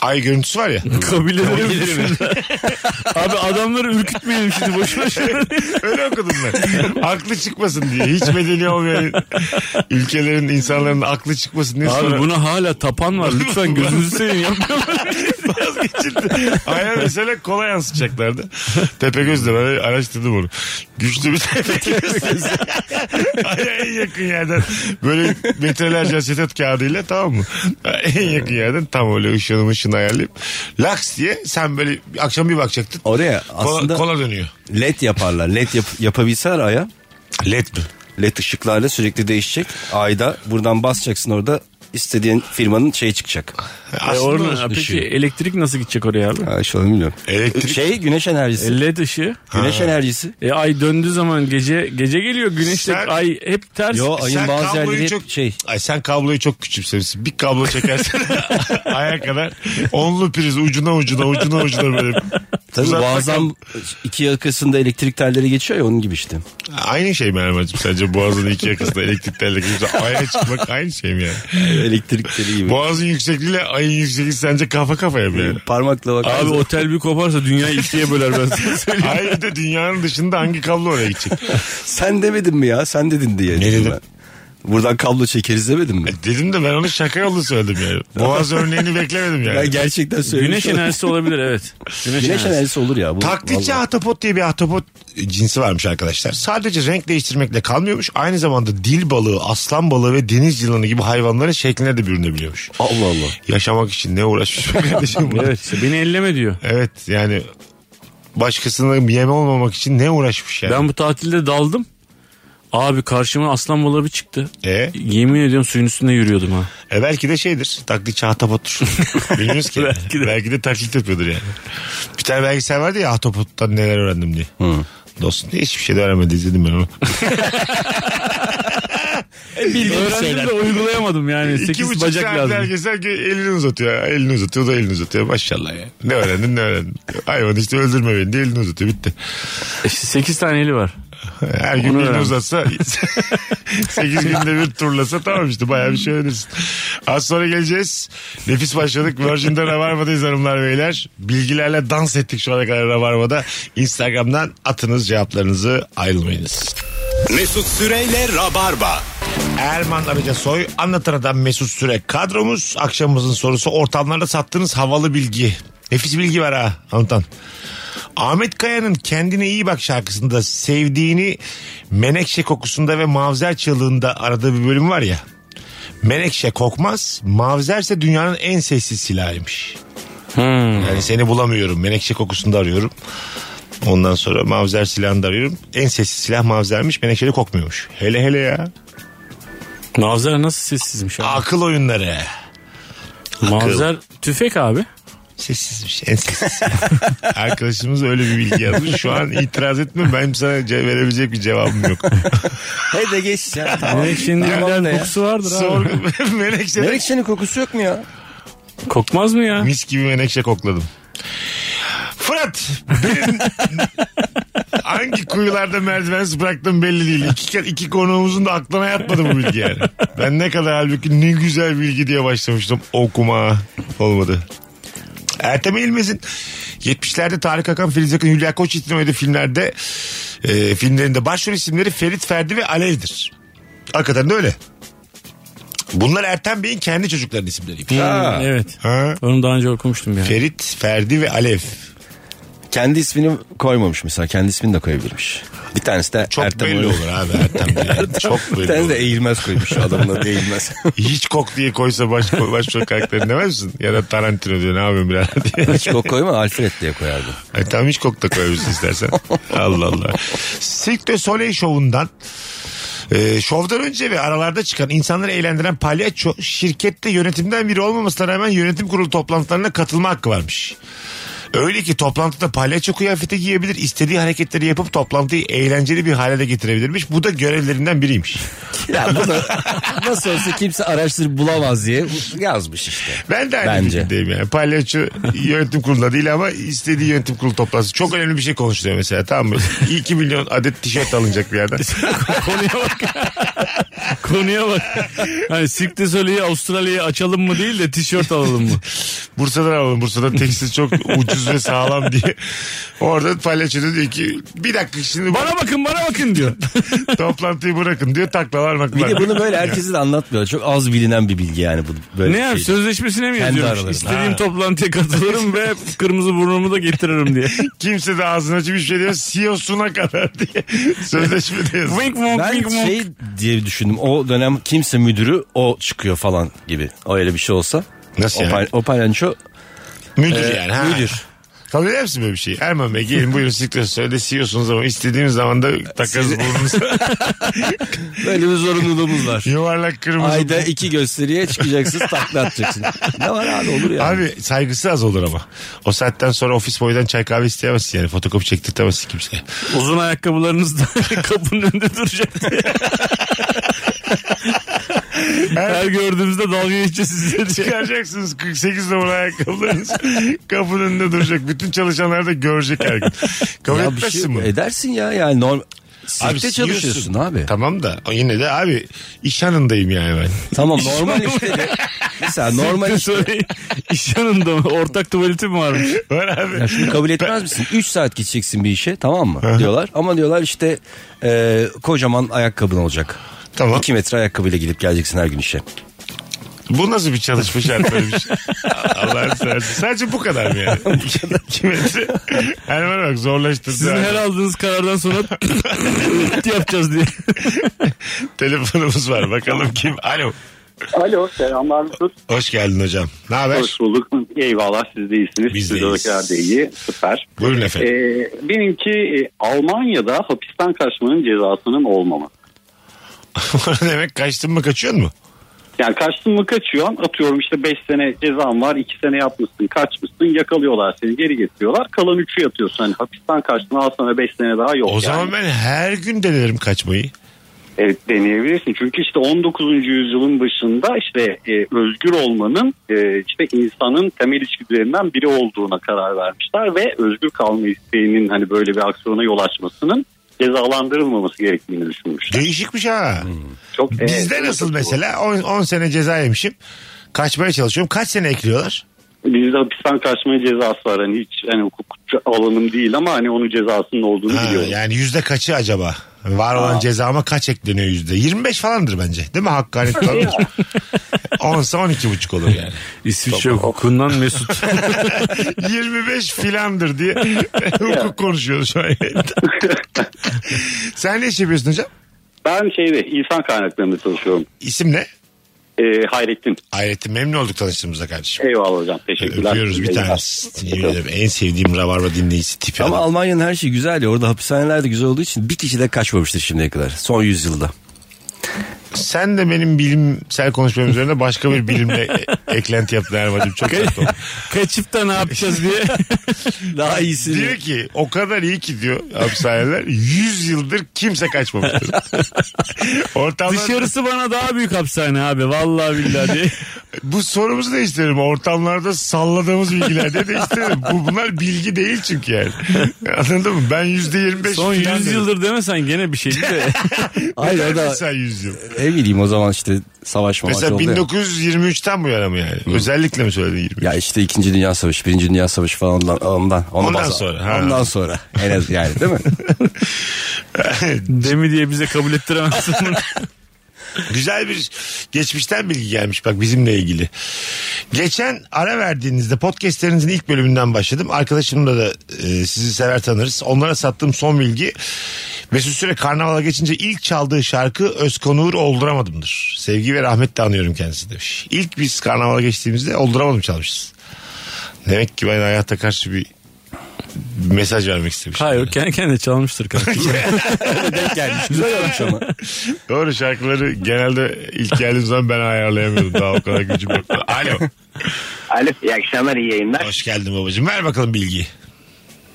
Ay görüntüsü var ya. Kabileleri Abi adamları ürkütmeyelim şimdi boşuna şey şöyle. Öyle okudum ben. aklı çıkmasın diye. Hiç medeni olmayan ülkelerin insanların aklı çıkmasın diye Abi sonra buna hala tapan var. Lütfen gözünüzü seveyim yapmıyorlar. vazgeçildi. Aya mesela kola yansıtacaklardı. Tepegöz de ben araştırdım onu. Güçlü bir Tepegöz. Aya en yakın yerden böyle metrelerce setet kağıdıyla tamam mı? en yakın yerden tam öyle ışığını ışığını ayarlayıp laks diye sen böyle akşam bir bakacaktın. Oraya Kola, aslında kola dönüyor. led yaparlar. Led yap- yapabilseler aya. Led mi? Led ışıklarla sürekli değişecek. Ayda buradan basacaksın orada istediğin firmanın şeyi çıkacak. E Aslında orada, olsun peki işi. elektrik nasıl gidecek oraya abi? Ha, şu an bilmiyorum. Elektrik- Şey güneş enerjisi. LED ışığı. Güneş enerjisi. E ay döndüğü zaman gece gece geliyor güneşle Sen- ay hep ters. Yo ayın Sen bazı kabloyu yerleri çok- çok... şey. Ay sen kabloyu çok küçümsemişsin. Bir kablo çekersen aya kadar onlu priz ucuna ucuna ucuna ucuna böyle. Tabii Uzak boğazdan iki yakasında elektrik telleri geçiyor ya onun gibi işte. Aynı şey mi Erman'cığım sence boğazın iki yakasında elektrik telli gibi aya çıkmak aynı şey mi yani? elektrik teli gibi. Ee, Boğazın yüksekliğiyle ayın yüksekliği sence kafa kafaya mı yani? Parmakla bak. Abi otel bir koparsa dünyayı ikiye böler ben sana söyleyeyim. Hayır bir de dünyanın dışında hangi kablo oraya gidecek? Sen demedin mi ya? Sen dedin diye. Ne dedim? ben. Buradan kablo çekeriz demedin mi? E, Dedim de ben onu şaka yolu söyledim yani. Boğaz örneğini beklemedim yani. Ben gerçekten Güneş söylemiş oldum. enerjisi olabilir evet. Güneş, Güneş enerjisi. enerjisi olur ya. Bu, Taklitçi vallahi. ahtapot diye bir ahtapot cinsi varmış arkadaşlar. Sadece renk değiştirmekle kalmıyormuş. Aynı zamanda dil balığı, aslan balığı ve deniz yılanı gibi hayvanların şekline de bürünebiliyormuş. Allah Allah. Yaşamak için ne uğraşmış be kardeşim? bu? Evet işte beni elleme diyor. Evet yani başkasının yem olmamak için ne uğraşmış yani. Ben bu tatilde daldım. Abi karşıma aslan balığı bir çıktı. E, Yemin ediyorum suyun üstünde yürüyordum ha. e belki de şeydir. Taklitçi ahtapottur. Bilmiyoruz ki. belki, de. taklit yapıyordur yani. Bir tane belgesel vardı ya ahtapottan neler öğrendim diye. Dostum diye hiçbir şey de öğrenmedi izledim ben onu. Öğrendim de uygulayamadım yani. İki 8 buçuk bacak saat lazım. herkes herkes elini uzatıyor. Elini uzatıyor o da elini uzatıyor. Maşallah ya. Ne öğrendin ne öğrendin. Hayvan işte öldürme beni diye elini uzatıyor. Bitti. 8 tane eli var. Her gün Onu elini öğrendim. uzatsa 8 günde bir turlasa tamam işte bayağı bir şey öğrenirsin. Az sonra geleceğiz. Nefis başladık. Virgin'de Rabarba'dayız hanımlar beyler. Bilgilerle dans ettik şu ana kadar Rabarba'da. Instagram'dan atınız cevaplarınızı ayrılmayınız. Mesut Süreyle Rabarba. Erman Arıca Soy, Anlatan Adam Mesut Süre kadromuz. Akşamımızın sorusu ortamlarda sattığınız havalı bilgi. Nefis bilgi var ha anlatan. Ahmet Kaya'nın Kendine iyi Bak şarkısında sevdiğini menekşe kokusunda ve mavzer çığlığında aradığı bir bölüm var ya. Menekşe kokmaz, mavzerse dünyanın en sessiz silahıymış. Yani seni bulamıyorum, menekşe kokusunda arıyorum. Ondan sonra mavzer silahını da arıyorum. En sessiz silah mavzermiş, menekşe de kokmuyormuş. Hele hele ya. Mavzer nasıl sessizmiş abi. Akıl oyunları. Mavzer tüfek abi. Sessizmiş en sessiz. Arkadaşımız öyle bir bilgi yazmış. Şu an itiraz etme benim sana ce- verebilecek bir cevabım yok. Hey de geç ya. Tamam. Menekşenin Tamam illa da ya. kokusu vardır abi. Sorgu menekşe. Menekşenin kokusu yok mu ya? Kokmaz mı ya? Mis gibi menekşe kokladım. Fırat benim hangi kuyularda merdivensiz bıraktım belli değil. İki, ke- iki konuğumuzun da aklına yatmadı bu bilgi yani. Ben ne kadar halbuki ne güzel bilgi diye başlamıştım okuma olmadı. Ertem İlmez'in 70'lerde Tarık Akan, Filiz Akın, Hülya Koç için oynadığı filmlerde e, filmlerinde başrol isimleri Ferit Ferdi ve Alev'dir. Hakikaten de öyle. Bunlar Ertem Bey'in kendi çocuklarının isimleriymiş. Hmm, Evet. Ha? Onu daha önce okumuştum yani. Ferit, Ferdi ve Alev. Kendi ismini koymamış mesela. Kendi ismini de koyabilirmiş. Bir tanesi de Çok Ertem belli Oral. olur abi Ertem Bey. Yani Çok Bir belli tanesi de olur. eğilmez koymuş. Adamın adı eğilmez. Hiç kok diye koysa baş, başrol karakterini demez misin? Ya da Tarantino diyor ne yapıyorsun birader diye. Hiç kok koyma Alfred diye koyardım. Ay, E, tamam hiç kok da koyabilirsin istersen. Allah Allah. Cirque du Soleil şovundan e, şovdan önce ve aralarda çıkan insanları eğlendiren palyaço şirkette yönetimden biri olmamasına rağmen yönetim kurulu toplantılarına katılma hakkı varmış. Öyle ki toplantıda palyaço kıyafeti giyebilir, istediği hareketleri yapıp toplantıyı eğlenceli bir hale de getirebilirmiş. Bu da görevlerinden biriymiş. Ya bunu nasıl olsa kimse araştırıp bulamaz diye yazmış işte. Ben de aynı Bence. fikirdeyim yani. Palyaço yönetim kurulunda değil ama istediği yönetim kurulu toplantısı. Çok önemli bir şey konuşuluyor mesela tamam mı? 2 milyon adet tişört alınacak bir yerden. Konuya bak. Konuya bak. Hani Sikti Soleil'i Avustralya'ya açalım mı değil de tişört alalım mı? Bursa'dan alalım. Bursa'da tekstil çok ucuz ve sağlam diye. Orada palyaço da diyor ki bir dakika şimdi Bana bakın bana bakın diyor. toplantıyı bırakın diyor taklalar Bir maklar. de bunu böyle herkese de anlatmıyor. Çok az bilinen bir bilgi yani bu böyle ne yap şey. sözleşmesine mi Kendi yazıyormuş? aralarında. İstediğim toplantıya katılırım ve kırmızı burnumu da getiririm diye. Kimse de ağzını açıp hiçbir şey diyor. CEO'suna kadar diye sözleşmede yazıyor. Wink wonk Ben wink wonk. şey diye düşündüm. O dönem kimse müdürü o çıkıyor falan gibi. O öyle bir şey olsa. Nasıl o, yani? pal- o palyaço e, Müdür yani. Ha. müdür. Kabul eder misin böyle bir şey? Erman Bey gelin buyurun siktir söyle CEO'sunuz ama istediğimiz zaman da takarız burnunuza. Böyle bir zorunluluğumuz var. Yuvarlak kırmızı. Ayda iki gösteriye çıkacaksınız takla atacaksın. Ne var abi olur yani. Abi saygısı az olur ama. O saatten sonra ofis boydan çay kahve isteyemezsin yani. Fotokopi çektirtemezsin kimseye. Uzun ayakkabılarınız da kapının önünde duracak. Her gördüğümüzde dalga geçeceğiz size diye. Çıkaracaksınız 48 numara ayakkabılarınız. Kapının önünde duracak. Bütün çalışanlar da görecek her gün. Kabul Ya bir etmezsin şey bunu. edersin ya yani normal. Sirkte CEO'sun. çalışıyorsun abi. Tamam da yine de abi iş anındayım yani ben. Tamam normal işte. de- Mesela normal işte. Sorry. şey İş yanında mı? Ortak tuvaleti mi varmış? Var abi. Ya şunu kabul etmez misin? 3 saat gideceksin bir işe tamam mı diyorlar. Ama diyorlar işte e, kocaman ayakkabın olacak. Tamam. 2 metre ayakkabıyla gidip geleceksin her gün işe. Bu nasıl bir çalışma şartları bir şey? Allah'ını seversen. Sadece bu kadar mı yani? İki metre. Erman bak zorlaştırdı. Sizin abi. her aldığınız karardan sonra yapacağız diye. Telefonumuz var bakalım kim? Alo. Alo selamlar Mesut. Hoş geldin hocam. Ne haber? Hoş bulduk. Eyvallah siz de iyisiniz. Biz Siz de deyiz. hoşlar da iyi. Süper. Buyurun efendim. Ee, benimki e, Almanya'da hapisten kaçmanın cezasının olmaması. Ee, Bu ne demek kaçtın mı kaçıyorsun mu? Yani kaçtın mı kaçıyorsun atıyorum işte 5 sene cezan var 2 sene yapmışsın kaçmışsın yakalıyorlar seni geri getiriyorlar kalan 3'ü yatıyorsun. Hani hapisten kaçtın al sana 5 sene daha yok O yani. zaman ben her gün denerim kaçmayı. Evet deneyebilirsin. Çünkü işte 19. yüzyılın başında işte e, özgür olmanın e, işte insanın temel içgüdülerinden biri olduğuna karar vermişler ve özgür kalma isteğinin hani böyle bir aksiyona yol açmasının cezalandırılmaması gerektiğini düşünmüşler. Değişikmiş ha. Hmm. Çok e, Bizde evet, nasıl çok- mesela 10 sene ceza yemişim. Kaçmaya çalışıyorum. Kaç sene ekliyorlar? Bizde hapisten kaçma cezası var. Hani hiç hani hukuk alanım değil ama hani onun cezasının olduğunu Ha, biliyorum. yani yüzde kaçı acaba? Var olan cezama kaç ekleniyor yüzde? 25 falandır bence. Değil mi? Hakkaniyet falan. 10 ise 12 buçuk olur yani. İsviçre hukukundan Mesut. 25 filandır diye hukuk konuşuyoruz şu an. yayında. Sen ne iş yapıyorsun hocam? Ben şeyde insan kaynaklarında çalışıyorum. İsim ne? E, Hayrettin. Hayrettin memnun olduk tanıştığımıza kardeşim. Eyvallah hocam. Teşekkürler. Öpüyoruz bir Eyvallah. tanesi. Yemin ederim en sevdiğim rabarba dinleyicisi tipi. Ama adam. Almanya'nın her şeyi güzel ya. Orada hapishaneler de güzel olduğu için bir kişi de kaçmamıştır şimdiye kadar. Son yüzyılda. Sen de benim bilimsel konuşmam üzerine başka bir bilimle e- eklenti yaptın Erman'cığım. Çok tatlı oldu. Kaçıp da ne yapacağız diye. Daha iyisini. Diyor ki o kadar iyi ki diyor hapishaneler 100 yıldır kimse kaçmamıştır. Ortamlar... Dışarısı bana daha büyük hapishane abi. Vallahi billahi diye. Bu sorumuzu değiştirelim. Ortamlarda salladığımız bilgiler de değiştirelim. Bu, bunlar bilgi değil çünkü yani. Anladın mı? Ben yüzde yirmi beş Son 100 yıldır demesen gene bir şeydi de. Hayır orada Mesela 100 yıl. ne bileyim o zaman işte savaş mavaş Mesela oldu ya. 1923'ten bu yana mı yani? Özellikle mi söyledin 23? Ya işte 2. Dünya Savaşı, 1. Dünya Savaşı falan ondan. Ondan, ona Ondan basa- sonra, ha. Ondan sonra. En az yani değil mi? Demi diye bize kabul ettiremezsin bunu. Güzel bir geçmişten bilgi gelmiş bak bizimle ilgili. Geçen ara verdiğinizde podcastlerinizin ilk bölümünden başladım. Arkadaşımla da e, sizi sever tanırız. Onlara sattığım son bilgi Mesut Süre karnavala geçince ilk çaldığı şarkı Özkonuğur Olduramadım'dır. Sevgi ve rahmetle anıyorum kendisini demiş. İlk biz karnavala geçtiğimizde Olduramadım çalmışız. Demek ki ben hayata karşı bir bir mesaj vermek istemişim. Hayır o kendi kendine çalmıştır kanka. Denk gelmiş. Güzel olmuş ama. Doğru şarkıları genelde ilk geldiğim zaman ben ayarlayamıyordum. Daha o kadar gücüm yoktu. Alo. Alo iyi akşamlar iyi yayınlar. Hoş geldin babacığım. Ver bakalım bilgiyi.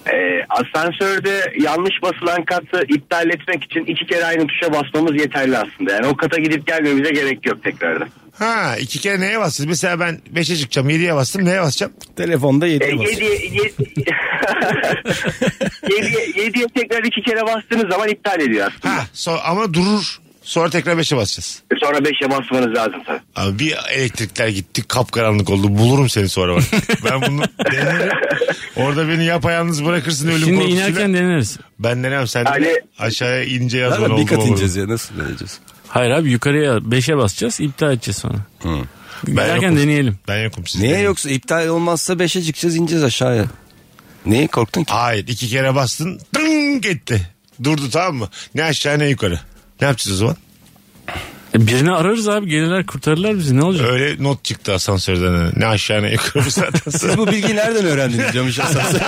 Ee, asansörde yanlış basılan katı iptal etmek için iki kere aynı tuşa basmamız yeterli aslında. Yani o kata gidip gelmemize gerek yok tekrardan. Ha iki kere neye bastınız? Mesela ben 5'e çıkacağım 7'ye bastım neye basacağım? Telefonda Ee, yedi basıyor. yediye, yedi- yediye, yediye tekrar iki kere bastığınız zaman iptal ediyor aslında. Ha so- ama durur. Sonra tekrar 5'e basacağız. Sonra beşe basmanız lazım tabii. Abi bir elektrikler gitti kapkaranlık oldu. Bulurum seni sonra bak. ben bunu denerim. Orada beni yapayalnız bırakırsın ölüm Şimdi korkusuyla. inerken deneriz. Ben denemem sen Ali- de aşağıya ince Lan yazman oldu. bir kat babam. ineceğiz ya nasıl deneyeceğiz? Hayır abi yukarıya 5'e basacağız iptal edeceğiz sonra. Ben İnerken yokum. deneyelim. Ben yokum siz Niye deneyin. yoksa iptal olmazsa 5'e çıkacağız ineceğiz aşağıya. Neye korktun ki? Hayır iki kere bastın dın gitti. Durdu tamam mı? Ne aşağı ne yukarı. Ne yapacağız o zaman? E, Birini ararız abi gelirler kurtarırlar bizi ne olacak? Öyle not çıktı asansörden. Ne aşağı ne yukarı bu zaten. Siz bu bilgiyi nereden öğrendiniz Camış Asansör?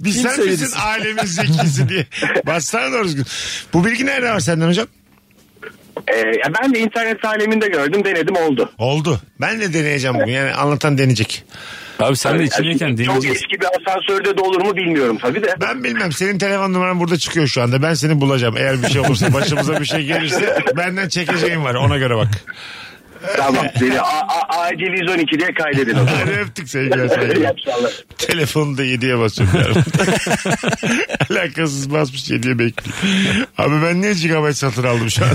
Bir Kim sen söyledi misin size? alemin zekisi diye. Baksana doğru düzgün. Bu bilgi nerede var senden hocam? Ee, ya ben de internet aleminde gördüm denedim oldu. Oldu. Ben de deneyeceğim bugün. Yani anlatan deneyecek. Abi sen de içindeyken Yani çok deneyeceğiz. eski bir asansörde de olur mu bilmiyorum tabii de. Ben bilmem. Senin telefon numaran burada çıkıyor şu anda. Ben seni bulacağım. Eğer bir şey olursa başımıza bir şey gelirse benden çekeceğim var. Ona göre bak. Tamam. Deli, a, a, acil 112 diye kaydedin o zaman. Hadi öptük sevgiler. İyi saygılar. akşamlar. Telefonu da 7'ye basıyorum. yarın. Alakasız basmış 7'ye bekliyor. Abi ben niye GB satın aldım şu an?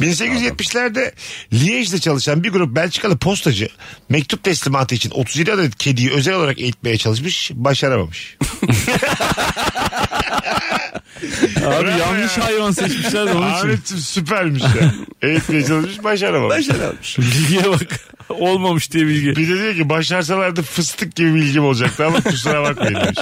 1870'lerde Liège'de çalışan bir grup Belçikalı postacı mektup teslimatı için 37 adet kediyi özel olarak eğitmeye çalışmış, başaramamış. Abi Bravo yanlış ya. hayvan seçmişler de onun için. Ahmet'im süpermiş ya. Eğitmeye çalışmış, başaramamış. Bilgiye bak. Olmamış diye bilgi. Bir de diyor ki başarsalardı fıstık gibi bilgim olacaktı ama kusura bakmayın demiş.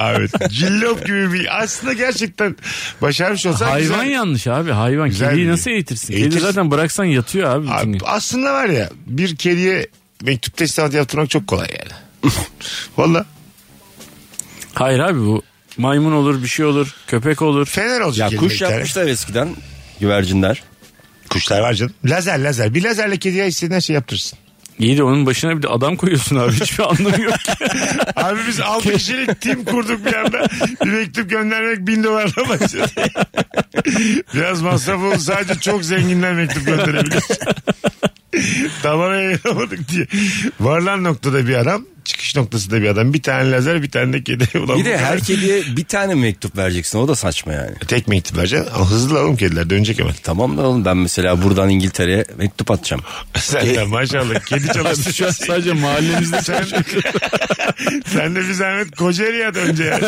Evet. Cillop gibi bir aslında gerçekten başarmış olsa Hayvan yanlış abi hayvan. Güzel Kediyi bilgi. nasıl eğitirsin? Kedi Eğitirsin. zaten bıraksan yatıyor abi. bütün Abi, gün. aslında var ya bir kediye mektup teslimatı yaptırmak çok kolay yani. Valla Hayır abi bu maymun olur bir şey olur köpek olur. fener olacak. ya kedi bir kuş tane. yapmışlar eskiden güvercinler. Kuşlar var canım. Lazer lazer. Bir lazerle kediye istediğin her şeyi yaptırırsın. İyi de onun başına bir de adam koyuyorsun abi hiçbir anlamı yok ki. Abi biz 6 kişilik tim kurduk bir anda. Bir mektup göndermek 1000 dolarla başladı. Biraz masraflı oldu. Sadece çok zenginler mektup gönderebiliriz. Tavana yayınlamadık diye. Varlan noktada bir adam. Çıkış noktasında bir adam. Bir tane lazer bir tane de kedi. Ulan Bir bu de kadar. her kediye bir tane mektup vereceksin o da saçma yani. E, Tek mektup vereceksin. Ama Hızlı oğlum kediler dönecek hemen. Tamam da oğlum ben mesela buradan İngiltere'ye mektup atacağım. Sen de maşallah kedi çalıştı. Şu an sadece mahallemizde sen, sen de bir zahmet Kocaeli'ye önce yani.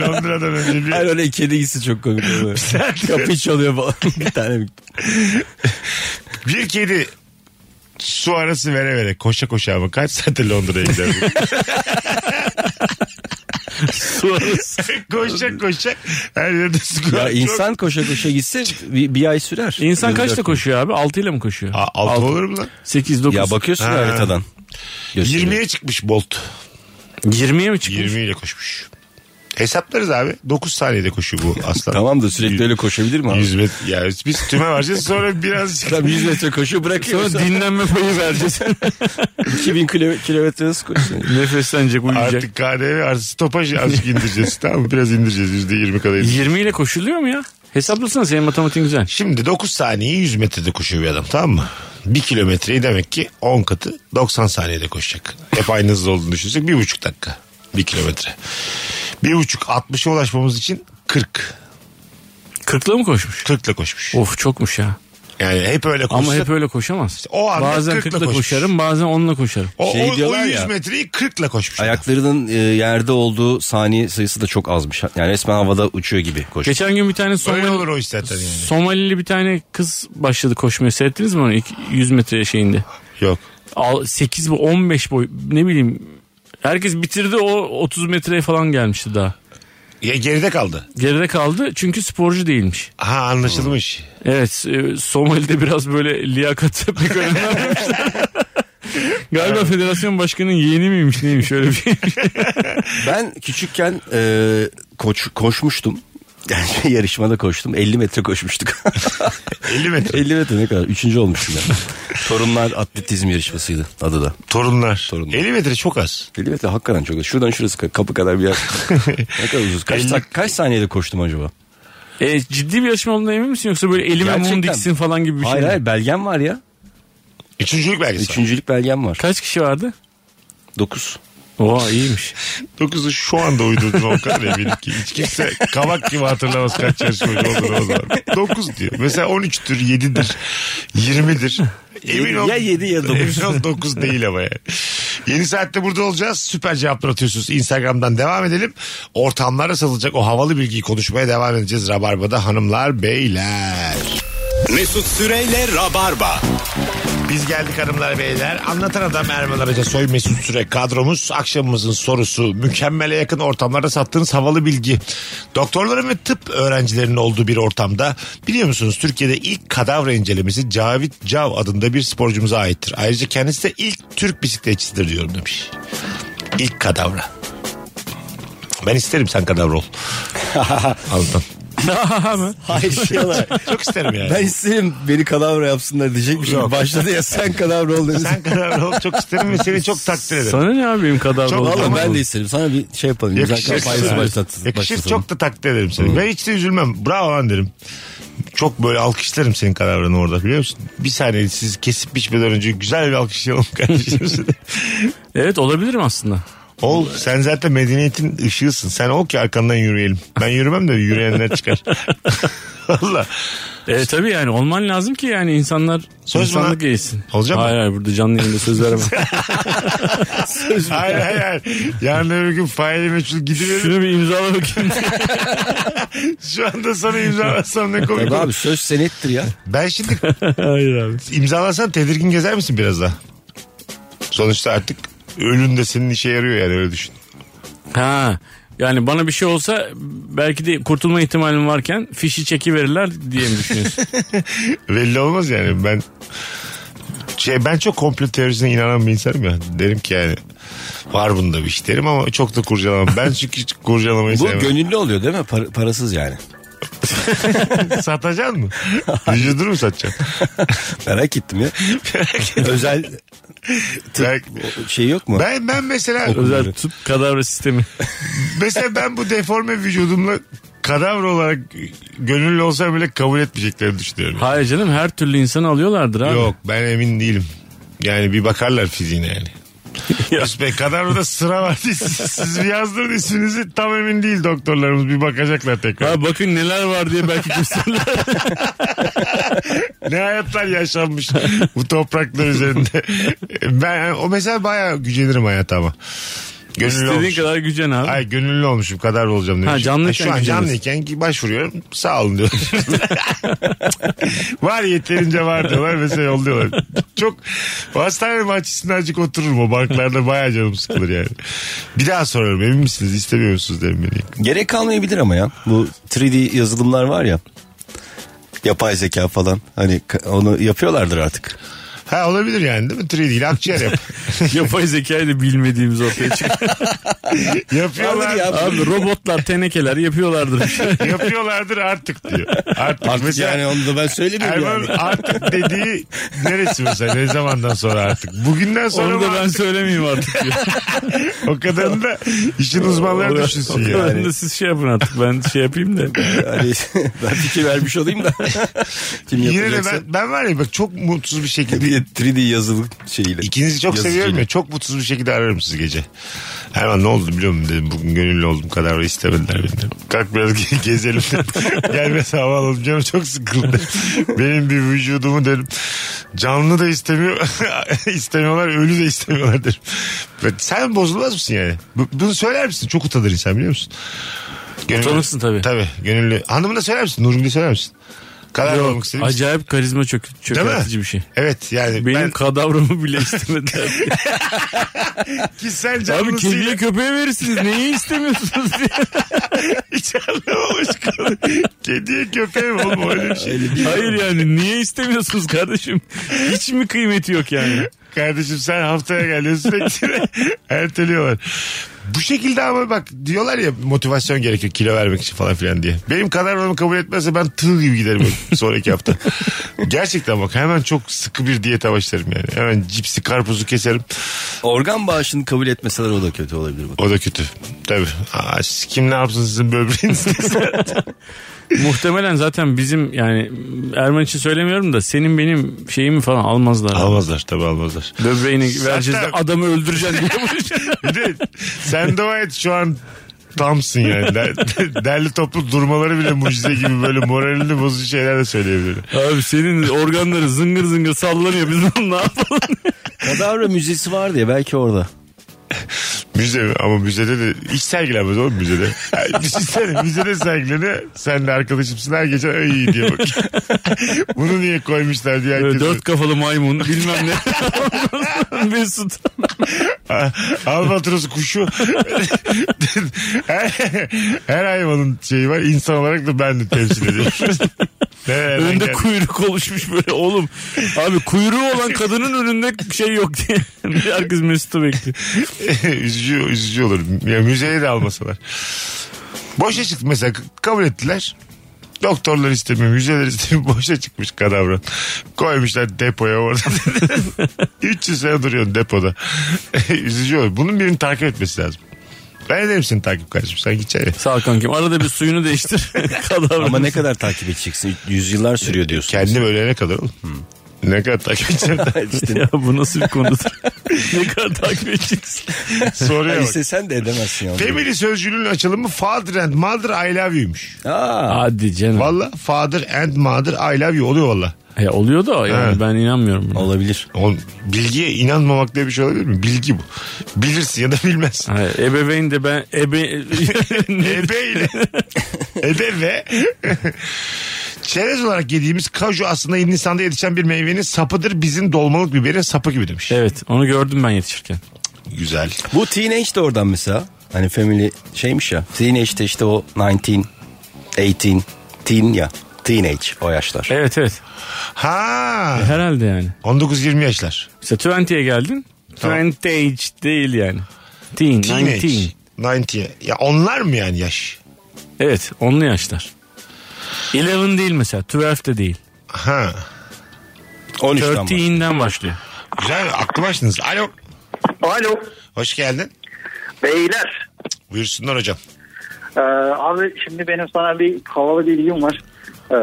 Londra'dan önce bir. Her öyle kedi gitsin çok komik oluyor. Kapıyı çalıyor falan. bir tane mektup. Bir kedi su arası vere vere koşa koşa ama kaç saatte Londra'ya gider bu? su arası. koşa koşa her yerde su Ya Çok- insan koşa koşa gitse bir, bir ay sürer. İnsan Dört kaçta gün. koşuyor abi? 6 ile mi koşuyor? Aa, altı olur mu lan? 8, 9. Ya bakıyorsun Ha. haritadan. Gösteriyor. 20'ye çıkmış Bolt. 20'ye mi çıkıyor? 20 ile koşmuş. Hesaplarız abi. 9 saniyede koşuyor bu aslan. Tamam da sürekli öyle koşabilir mi abi? 100 metre. Ya biz tüme varacağız sonra birazcık. Adam 100 metre koşuyor bırakıyor. Sonra Sonra dinlenme payı vereceğiz. 2000 kilo- kilometre nasıl koşuyor? Nefeslenecek, uyuyacak. Artık KDV artı stopaj azıcık indireceğz. tamam mı? Biraz indireceğiz. %20 kadar indireceğiz. 20 ile koşuluyor mu ya? Hesaplasana senin matematiğin güzel. Şimdi 9 saniye 100 metrede koşuyor bir adam tamam mı? 1 kilometreyi demek ki 10 katı 90 saniyede koşacak. Hep aynı hızda olduğunu düşünsek 1,5 dakika 1 kilometre. 1,5 60'a ulaşmamız için 40. 40'la mı koşmuş? 40 ile koşmuş. Of çokmuş ya. Yani hep öyle Ama koşsa. hep öyle koşamaz. o anda bazen 40'la 40'la koşmuş. koşarım bazen 10'la koşarım. o, Şey o- o, diyorlar 100 ya. metreyi 40 ile koşmuş. Ayaklarının e, yerde olduğu saniye sayısı da çok azmış. Yani resmen havada uçuyor gibi koşuyor. Geçen gün bir tane Öyle olur Somali, o iş zaten yani. Somalili bir tane kız başladı koşmaya. Seyrettiniz mi onu? İlk 100 metre şeyinde. Yok. 8 bu 15 boy ne bileyim. Herkes bitirdi o 30 metreye falan gelmişti daha. Ya geride kaldı. Geride kaldı çünkü sporcu değilmiş. Ha anlaşılmış. Hmm. Evet e, Somali'de biraz böyle liyakat pek önem vermemişler. Galiba federasyon başkanının yeğeni miymiş neymiş öyle bir şey. Ben küçükken e, koç, koşmuştum. Yani şey, yarışmada koştum. 50 metre koşmuştuk. 50 metre. 50 metre ne kadar? Üçüncü olmuştum ben. Torunlar atletizm yarışmasıydı adı da. Torunlar. Torunlar. 50 metre çok az. 50 metre hakikaten çok. Şuradan şurası ka- kapı kadar bir yer. ne kadar uzun. Kaç, 50 sak- kaç saniyede koştum acaba? E, ciddi bir yarışma olduğuna emin misin yoksa böyle elime mum Gerçekten. diksin falan gibi bir şey Hayır mi? hayır belgem var ya. Üçüncülük E, belgesi. Üçüncülük belgem var. Kaç kişi vardı? 9. Oha iyiymiş. 9'u şu anda uydurdum o kadar eminim ki. Hiç kimse kavak gibi hatırlamaz kaç yarışmacı olduğunu o zaman. 9 diyor. Mesela 13'tür, 7'dir, 20'dir. Emin ol. Ya yedi ya dokuz. Emin ol 9 değil ama yani. Yeni saatte burada olacağız. Süper cevaplar atıyorsunuz. Instagram'dan devam edelim. Ortamlara satılacak o havalı bilgiyi konuşmaya devam edeceğiz. Rabarba'da hanımlar, beyler. Mesut Süreyle Rabarba. Biz geldik hanımlar beyler. Anlatan adam Erman Araca Soy Mesut Süre kadromuz. Akşamımızın sorusu mükemmele yakın ortamlarda sattığınız havalı bilgi. Doktorların ve tıp öğrencilerinin olduğu bir ortamda biliyor musunuz Türkiye'de ilk kadavra incelemesi Cavit Cav adında bir sporcumuza aittir. Ayrıca kendisi de ilk Türk bisikletçisidir diyorum demiş. İlk kadavra. Ben isterim sen kadavra ol. Anladım. Hayır yalan. Çok isterim yani. Ben isterim beni kadavra yapsınlar diyecek bir şey. Yok. Başladı ya sen kadavra ol dedi. Sen kadavra ol çok isterim ve seni çok takdir ederim. Sana ne abim kadar Çok- oldu? Valla Tamam. ben de isterim. Sana bir şey yapalım. Yakışır. Güzel kampanyası Evet. başlat. Yakışır başlatalım. çok da takdir ederim seni. Ve hiç de üzülmem. Bravo lan derim. Çok böyle alkışlarım senin kararını orada biliyor musun? Bir saniye siz kesip biçmeden önce güzel bir alkışlayalım kardeşim seni. Evet olabilirim aslında. Ol sen zaten medeniyetin ışığısın. Sen ol ki arkandan yürüyelim. Ben yürümem de yürüyenler çıkar. Valla. E, tabii yani olman lazım ki yani insanlar Söz insanlık bana. gelsin. Olacak mı? hayır hayır burada canlı yayında söz veremem. Hayır hayır hayır. Yarın öbür gün faili meçhul gidiverir. Şunu bir imzala bakayım. Şu anda sana imzalarsam ne komik Tabii olur. abi söz senettir ya. Ben şimdi hayır abi. imzalasan tedirgin gezer misin biraz daha? Sonuçta artık ölün de senin işe yarıyor yani öyle düşün. Ha. Yani bana bir şey olsa belki de kurtulma ihtimalim varken fişi çeki verirler diye mi düşünüyorsun? Belli olmaz yani ben şey ben çok komplo teorisine inanan bir insanım ya. Derim ki yani var bunda bir iş derim ama çok da kurcalamam. Ben çünkü hiç kurcalamayı Bu sevmem. gönüllü oluyor değil mi? Par- parasız yani. Satacaksın mı? Vücudunu mu satacaksın? Merak ettim ya. Özel Ben, şey yok mu? ben, ben mesela Özel tıp kadavra sistemi. mesela ben bu deforme vücudumla kadavra olarak gönüllü olsam bile kabul etmeyeceklerini düşünüyorum. Hayır canım her türlü insanı alıyorlardır abi. Yok ben emin değilim. Yani bir bakarlar fiziğine yani. Yunus Bey kadavra sıra var diye siz, siz bir yazdırın isminizi tam emin değil doktorlarımız bir bakacaklar tekrar. Ha bakın neler var diye belki gösterirler. ne hayatlar yaşanmış bu topraklar üzerinde. Ben o mesela bayağı gücenirim hayata ama. Gönüllü İstediğin olmuşum. kadar gücen abi. Ay gönüllü olmuşum kadar olacağım demiş. Ha, canlıyken Şu an güceniz. canlıyken ki başvuruyorum sağ olun diyorum. var yeterince var diyorlar mesela yolluyorlar. Çok hastane bahçesinde azıcık otururum o banklarda bayağı canım sıkılır yani. Bir daha sorarım emin misiniz istemiyor musunuz derim beni. Gerek kalmayabilir ama ya. Bu 3D yazılımlar var ya. Yapay zeka falan. Hani ka- onu yapıyorlardır artık. Ha olabilir yani değil mi? 3D ile akciğer yap. Yapay zekayı da bilmediğimiz ortaya çıktı. Yapıyorlar. Vardır ya. abi robotlar tenekeler yapıyorlardır. Yapıyorlardır artık diyor. Artık, Artık mesela yani onu da ben söylemiyorum Erman yani. artık dediği neresi mesela ne zamandan sonra artık? Bugünden sonra Onu mı da ben artık? söylemeyeyim artık. diyor. O kadarını da işin uzmanları düşünsün O yani. kadarını da siz şey yapın artık. Ben şey yapayım da. Yani Hani ben fikir vermiş olayım da. Kim Yine de yapacaksa. ben, ben var ya bak çok mutsuz bir şekilde 3D yazılım şeyiyle. İkinizi çok Yazıcıyla. seviyorum ya. Çok mutsuz bir şekilde ararım sizi gece. Erman ne oldu biliyor musun dedim. Bugün gönüllü oldum kadar var, istemediler beni dedim. Kalk biraz ge- gezelim dedim. Gel biraz hava alalım canım çok sıkıldı. Benim bir vücudumu dedim. Canlı da istemiyor. istemiyorlar ölü de istemiyorlar dedim. Ve Sen bozulmaz mısın yani? Bu- Bunu söyler misin? Çok utanır insan biliyor musun? Gönüllü, Utanırsın tabii. Tabii gönüllü. Hanımına söyler misin? Nurgül'e söyler misin? Kadar olmak Yok, istedim. acayip karizma çök Değil mi? çökertici bir şey. Evet yani Benim ben kadavramı bile istemediler. ki sen Abi canlısıyla kediye köpeğe verirsiniz. Neyi istemiyorsunuz diye. Hiç anlamamış konu. Kediye köpeğe mi oğlum öyle bir şey? Hayır yani niye istemiyorsunuz kardeşim? Hiç mi kıymeti yok yani? Kardeşim sen haftaya geliyorsun sürekli erteliyorlar. Bu şekilde ama bak diyorlar ya motivasyon gerekiyor kilo vermek için falan filan diye. Benim kadar kabul etmezse ben tığ gibi giderim sonraki hafta. Gerçekten bak hemen çok sıkı bir diyete başlarım yani. Hemen cipsi karpuzu keserim. Organ bağışını kabul etmeseler o da kötü olabilir. Bak. O da kötü. Tabii. Aa, siz kim ne yapsın sizin böbreğinizde? Muhtemelen zaten bizim yani Erman için söylemiyorum da senin benim şeyimi falan almazlar. almazlar tabii almazlar. Böbreğini vereceğiz de Zaten- adamı öldüreceğiz diye vuracağız. Bir de sen dua et şu an tamsın yani. Der- Derli toplu durmaları bile mucize gibi böyle moralini bozucu şeyler de söyleyebilirim. Abi senin organları zıngır zıngır sallanıyor. Biz bunu ne yapalım? Kadavra müzesi vardı ya belki orada. Müze mi? Ama müzede de hiç sergilenmez oğlum müzede. Yani düşünsene müzede sergileni sen de arkadaşımsın her geçen ay iyi diye bak. Bunu niye koymuşlar diye Böyle herkes. dört kafalı maymun bilmem ne. Mesut. A- Albatros kuşu. her, her hayvanın şeyi var. İnsan olarak da ben de temsil ediyorum. Nereden Önünde geldik? kuyruk oluşmuş böyle oğlum. Abi kuyruğu olan kadının önünde bir şey yok diye. Herkes Mesut'u bekliyor. üzücü, üzücü olur. Ya müzeye de almasalar. Boşa çıktı mesela k- kabul ettiler. Doktorlar istemiyor, müzeler istemiyor. Boşa çıkmış kadavra. Koymuşlar depoya orada. 300 sene duruyor depoda. üzücü olur. Bunun birini takip etmesi lazım. Ben ederim seni takip kardeşim. Sen git içeri. Sağ ol kankim. Arada bir suyunu değiştir. Kadavra. Ama ne kadar takip edeceksin? Yüzyıllar sürüyor diyorsun. Kendim ölene kadar oğlum. Ne kadar takip edeceğim. ya bu nasıl bir konudur? ne kadar takip edeceksin? Soruya bak. İşte sen de edemezsin ya. Family sözcüğünün açılımı father and mother I love you'ymuş. Hadi canım. Valla father and mother I love you oluyor valla. E, oluyor da yani Evet. ben inanmıyorum buna. Olabilir. Oğlum, bilgiye inanmamak diye bir şey olabilir mi? Bilgi bu. Bilirsin ya da bilmezsin. Hayır, ebeveyn de ben ebe ne- Ebe ile. Ebe ve. Çerez olarak yediğimiz kaju aslında Hindistan'da yetişen bir meyvenin sapıdır. Bizim dolmalık biberin sapı gibi demiş. Evet onu gördüm ben yetişirken. Güzel. Bu teenage de oradan mesela. Hani family şeymiş ya. Teenage de işte o 19, 18, teen ya. Teenage o yaşlar. Evet evet Ha. herhalde yani. 19-20 yaşlar. İşte 20'ye geldin. Tamam. 20 age değil yani. Teen, Teenage. 19. 90. Ya onlar mı yani yaş? Evet onlu yaşlar. 11 değil mesela 12 de değil. Ha. 13'ten var. 13'den başlıyor. Güzel aklı başınız. Alo. Alo Hoş geldin. beyler. Buyursunlar hocam. Ee, abi şimdi benim sana bir havalı bilgim var. Ee,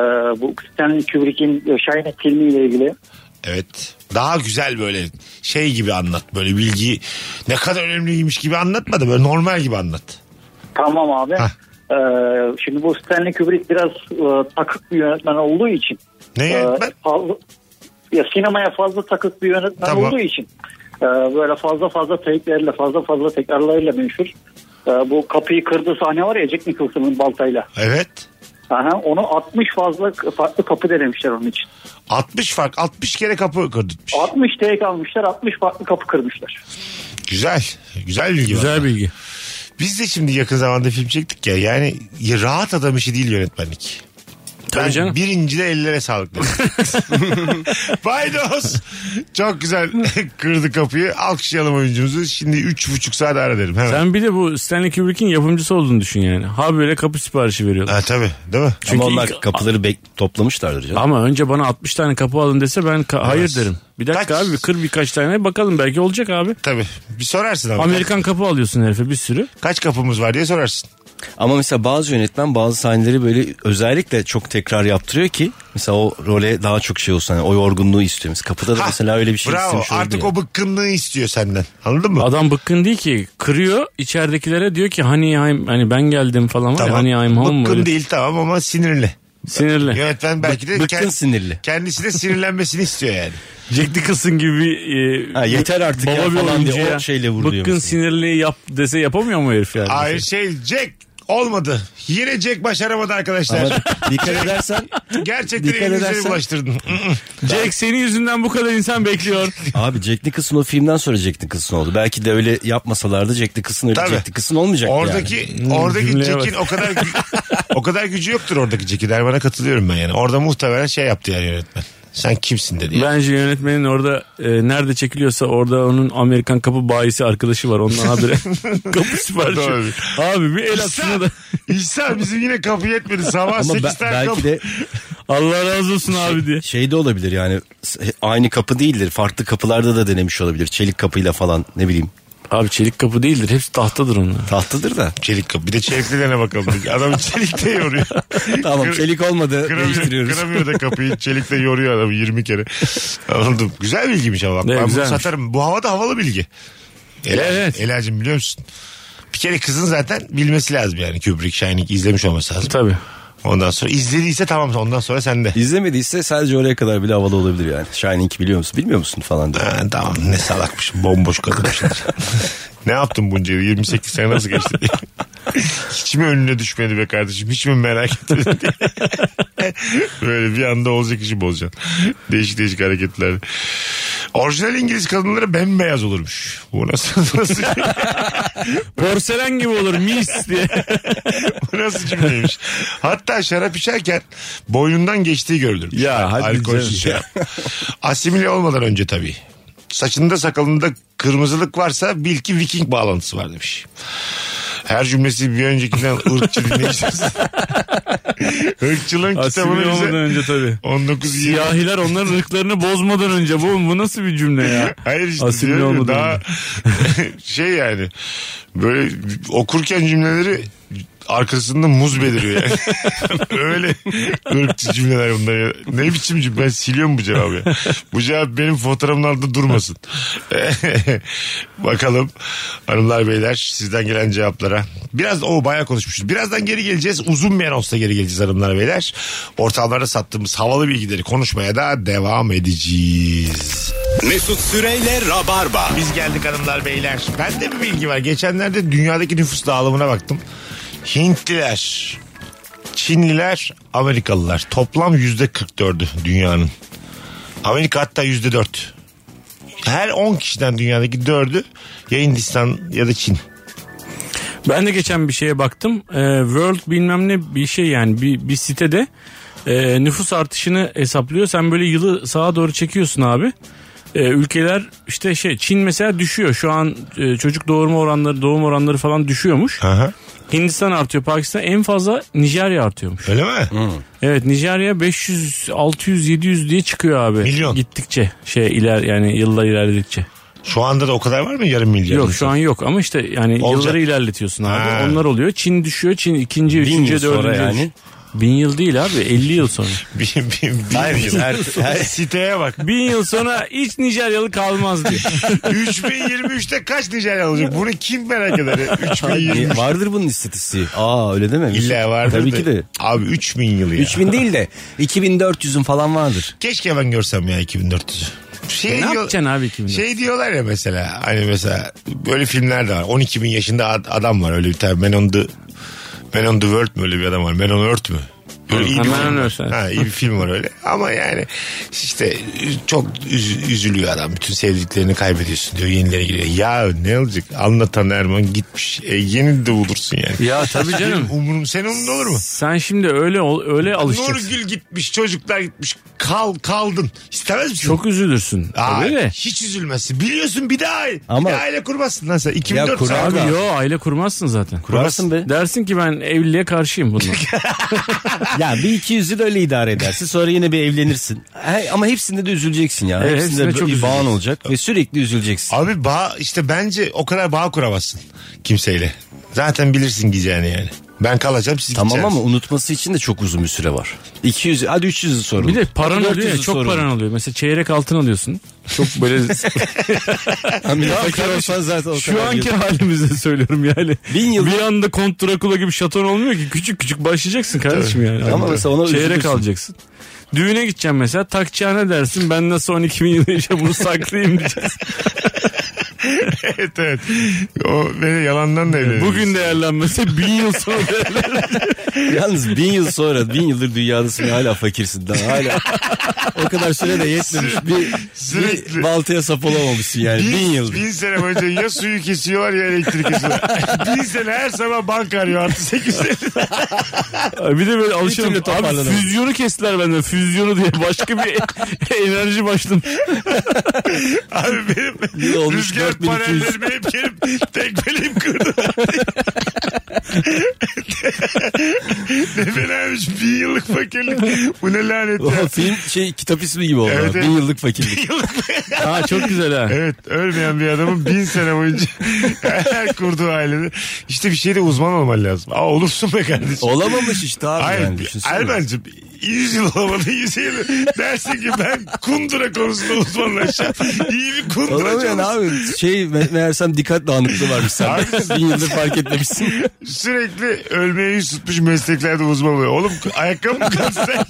bu Stanley Kubrick'in e, Shining filmiyle ilgili. Evet. Daha güzel böyle şey gibi anlat. Böyle bilgi ne kadar önemliymiş gibi anlatma da böyle normal gibi anlat. Tamam abi. Hah. Ee, şimdi bu Stanley Kubrick biraz e, takık bir yönetmen olduğu için. Ne e, yönetmen? fazla- ya sinemaya fazla takık bir yönetmen Tamam. olduğu için. e, böyle fazla fazla tekleriyle fazla fazla tekrarlarıyla meşhur. E, bu kapıyı kırdığı sahne var ya Jack Nicholson'ın baltayla. Evet. Aha, onu 60 fazla farklı kapı denemişler onun için. 60 fark 60 kere kapı kırdırtmış. 60 tek almışlar 60 farklı kapı kırmışlar. Güzel. Güzel bilgi. Güzel valla. bilgi. Biz de şimdi yakın zamanda film çektik ya. Yani ya rahat adam işi değil yönetmenlik. Tabii ben canım. birinci de ellere sağlık dedim. Baydos. Çok güzel kırdı kapıyı. Alkışlayalım oyuncumuzu. Şimdi üç buçuk saat ara derim hemen. Sen bir de bu Stanley Kubrick'in yapımcısı olduğunu düşün yani. Ha böyle kapı siparişi veriyorlar. Ha, tabii değil mi? Ama Çünkü onlar ilk- kapıları bek- toplamışlardır canım. Ama önce bana 60 tane kapı alın dese ben ka- hayır derim. Bir dakika Kaç? abi bir kır birkaç tane bakalım belki olacak abi. Tabii. Bir sorarsın ama. Amerikan kapı alıyorsun herife bir sürü. Kaç kapımız var diye sorarsın. Ama mesela bazı yönetmen bazı sahneleri böyle özellikle çok tekrar yaptırıyor ki mesela o role daha çok şey olsun. Hani o yorgunluğu istiyor. Mesela kapıda da Ha, mesela öyle bir şey Bravo. istemiş Artık olabilir. o bıkkınlığı istiyor senden. Anladın mı? Adam bıkkın değil ki kırıyor içeridekilere diyor ki hani I'm, hani ben geldim falan var ya, hani I'm home mu? Bıkkın Öyle değil tamam ama sinirli. Sinirli. Yönetmen belki de Bıkkın kend- sinirli. kendisi de sinirlenmesini istiyor yani. Jack Nicholson gibi bir, e, Ha, yeter artık baba ya bir falan diye oyuncuya o şeyle vuruyor bıkkın mesela. sinirli yap dese yapamıyor mu herif yani? Hayır şey Jack olmadı. Yine Jack başaramadı arkadaşlar. Ama dikkat edersen Gerçekten Dikkat elinize edersen- bulaştırdın. Jack senin yüzünden bu kadar insan bekliyor. abi Jack Nicholson o filmden sonra Jack Nicholson oldu. Belki de öyle yapmasalardı Jack Nicholson öyle Tabii. Jack Nicholson olmayacaktı yani. oradaki oradaki cümleye bak. Jack'in o kadar gü- o kadar gücü yoktur oradaki Jack'in. Erman'a katılıyorum ben yani. Orada muhtemelen şey yaptı yani yönetmen. Sen kimsin dedi. yani. Bence yönetmenin orada e, nerede çekiliyorsa orada onun Amerikan kapı bayisi arkadaşı var. Ondan habire kapı siparişi. Doğru. Abi bir el atsana da. İhsan bizim yine kapı yetmedi. Sabah Ama 8 be- tane kapı. belki de Allah razı olsun abi diye. şey de olabilir yani s- aynı kapı değildir. Farklı kapılarda da denemiş olabilir. Çelik kapıyla falan ne bileyim. Abi çelik kapı değildir. Hepsi tahtadır onlar. Tahtadır da. Çelik kapı. Bir de çeliklerine bakalım. Adam çelikte yoruyor. Tamam Kır- çelik olmadı Kıramıyor, değiştiriyoruz. kıramıyor da kapıyı. Çelikte yoruyor adamı 20 kere. Anladım. Güzel bilgiymiş ama. Bak, Ne, ben bunu güzelmiş. satarım. Bu havada havalı bilgi. Ela, Evet. Ela'cığım biliyor musun? Bir kere kızın zaten bilmesi lazım yani Kubrick, Shining izlemiş olması lazım. Tabii. Ondan sonra izlediyse tamam ondan sonra sende. İzlemediyse sadece oraya kadar bile havalı olabilir yani. Shining biliyor musun bilmiyor musun falan diye. Ha, tamam ne salakmış bomboş kadınmışlar. Ne yaptın bunca yıl? 28 sene nasıl geçti diye. Hiç mi önüne düşmedi be kardeşim? Hiç mi merak etmedin diye. Böyle bir anda olacak işi bozacaksın. Değişik değişik hareketler. Orijinal İngiliz kadınları bembeyaz olurmuş. Bu nasıl, nasıl, Porselen gibi olur mis diye. bu nasıl cümleymiş? Hatta şarap içerken boynundan geçtiği görülür. Ya, hadi Alkolsüz canım. şarap. Asimile olmadan önce tabii. Saçında sakalında kırmızılık varsa bil ki Viking bağlantısı var demiş. Her cümlesi bir öncekinden ırkçı dinleyeceğiz. Irkçılığın kitabını Asimile olmadan bize önce tabii. 19 Siyahiler onların ırklarını bozmadan önce. Bu, bu nasıl bir cümle ya? Hayır işte Asimile diyorum ya, olmadan daha şey yani böyle okurken cümleleri arkasında muz beliriyor yani. Öyle ırkçı cümleler bunlar ya. Ne biçim cümle ben siliyorum bu cevabı ya. Bu cevap benim fotoğrafımın altında durmasın. Bakalım hanımlar beyler sizden gelen cevaplara. Biraz o bayağı konuşmuşuz. Birazdan geri geleceğiz. Uzun bir anonsla geri geleceğiz hanımlar beyler. Ortamlarda sattığımız havalı bilgileri konuşmaya da devam edeceğiz. Mesut Süreyle Rabarba. Biz geldik hanımlar beyler. Bende bir bilgi var. Geçenlerde dünyadaki nüfus dağılımına baktım. Hintliler, Çinliler, Amerikalılar. Toplam yüzde 44'ü dünyanın. Amerika hatta yüzde 4. Her 10 kişiden dünyadaki 4'ü ya Hindistan ya da Çin. Ben de geçen bir şeye baktım. Ee, World bilmem ne bir şey yani bir, bir sitede e, nüfus artışını hesaplıyor. Sen böyle yılı sağa doğru çekiyorsun abi. Ee, ülkeler işte şey Çin mesela düşüyor. Şu an e, çocuk doğurma oranları, doğum oranları falan düşüyormuş. Aha. Hindistan artıyor, Pakistan en fazla Nijerya artıyormuş. Öyle mi? Evet Nijerya 500, 600, 700 diye çıkıyor abi. Milyon. Gittikçe şey iler yani yıllar ilerledikçe. Şu anda da o kadar var mı yarım milyar? Yok şu an yok ama işte yani Olacak. yılları ilerletiyorsun abi. Ha. Onlar oluyor. Çin düşüyor. Çin ikinci, Bin üçüncü, yıl sonra dördüncü. yani. düşüyor. Bin yıl değil abi 50 yıl sonra. Bir, bir, bir- Hayır, her- her- Siteye bak. Bin yıl sonra hiç Nijeryalı kalmaz diye. 3023'te kaç Nijerya olacak? Bunu kim merak eder? ya? 3023. Niye? E, Vardır bunun istatistiği. Aa öyle deme. İlla vardır Tabii da. ki de. Abi 3000 yıl ya. 3000 değil de 2400'ün falan vardır. Keşke ben görsem ya 2400'ü. Şey ne diyor- yapacaksın abi 2000 Şey diyorlar ya mesela hani mesela böyle filmler de var. 12 bin yaşında ad- adam var öyle bir tane. Men on the, Men on the World mü öyle bir adam var. Men on Earth mü? Böyle iyi Ha, bir Men film on var. Earth, evet. Ha, iyi bir film var öyle. Ama yani işte üz- çok üz- üzülüyor adam. Bütün sevdiklerini kaybediyorsun diyor. Yenileri giriyor. Ya ne olacak? Anlatan Erman gitmiş. E, yeni de bulursun yani. Ya tabii canım. Umurum sen umurun olur mu? Sen şimdi öyle ol- öyle alışacaksın. Nurgül gitmiş, çocuklar gitmiş. Kal kaldın. İstemez misin? Çok üzülürsün. Aa, Tabii de. hiç üzülmezsin. Biliyorsun bir daha, Ama- bir daha aile kurmazsın lan sen. 2004 kurar sen- Abi Abi. yo aile kurmazsın zaten. Kurarsın be. Dersin ki ben evliliğe karşıyım bundan. Ya bir 200'ü de öyle idare edersin. Sonra yine bir evlenirsin. He- ama hepsinde de üzüleceksin ya. Evet, hepsinde, hepsinde çok çok bir bağın üzüleceksin. olacak ve sürekli üzüleceksin. Abi bağ işte bence o kadar bağ kuramazsın kimseyle. Zaten bilirsin gideceğini yani. Ben kalacağım siz Tamam ama gideceksiniz. unutması için de çok uzun bir süre var. 200 hadi 300'ü sorun. Bir de paran 400'ü oluyor ya, çok sorun. paran oluyor. Mesela çeyrek altın alıyorsun. Çok böyle Hani Ya fakir kardeşim, olsan zaten o Şu kadar anki gelir. halimizde söylüyorum yani. Bin yıl- Bir anda Kont Drakula gibi şaton olmuyor ki. Küçük küçük başlayacaksın kardeşim yani. Ama mesela ona Çeyrek üzülürsün. alacaksın. Düğüne gideceğim mesela takacağına dersin ben nasıl 12 bin yıl yaşa bunu saklayayım diyeceksin. evet evet. O beni yalandan da evlenir. Bugün değerlenmese bin yıl sonra değerlen- Yalnız bin yıl sonra bin yıldır dünyadasın ve hala fakirsin daha hala. o kadar süre de yetmemiş. Bir, Sürekli. bir baltaya sap olamamışsın yani bin, yıl. Bin sene boyunca ya suyu kesiyorlar ya elektrik kesiyorlar. bin sene her sabah banka arıyor artı 8 Bir de böyle alışalım. türlü Abi toparlanamadım. füzyonu kestiler benden füzyonu diye başka bir enerji başladım. Abi Yıl benim olmuş rüzgar 4200. panellerimi hep gelip tekmeleyim kırdı. ne fenaymış bin yıllık fakirlik. Bu ne lanet O ya. film şey kitap ismi gibi oldu. Evet, evet. Bin yıllık fakirlik. Ha çok güzel ha. Evet ölmeyen bir adamın bin sene boyunca her kurduğu ailede. İşte bir şeyde uzman olman lazım. Aa, olursun be kardeşim. Olamamış işte abi Hayır, yani yani, düşünsene. Ermen'cim 100 yıl olamadın 100 yıl. Dersin ki ben kundura konusunda uzmanlaşacağım. İyi bir kundura Olamayan çalışsın. abi şey me- meğersem dikkat dağınıklığı varmış sende. bin yıldır fark etmemişsin. sürekli ölmeye yüz tutmuş mesleklerde uzman oluyor. Oğlum ayakkabı mı kaldı sen?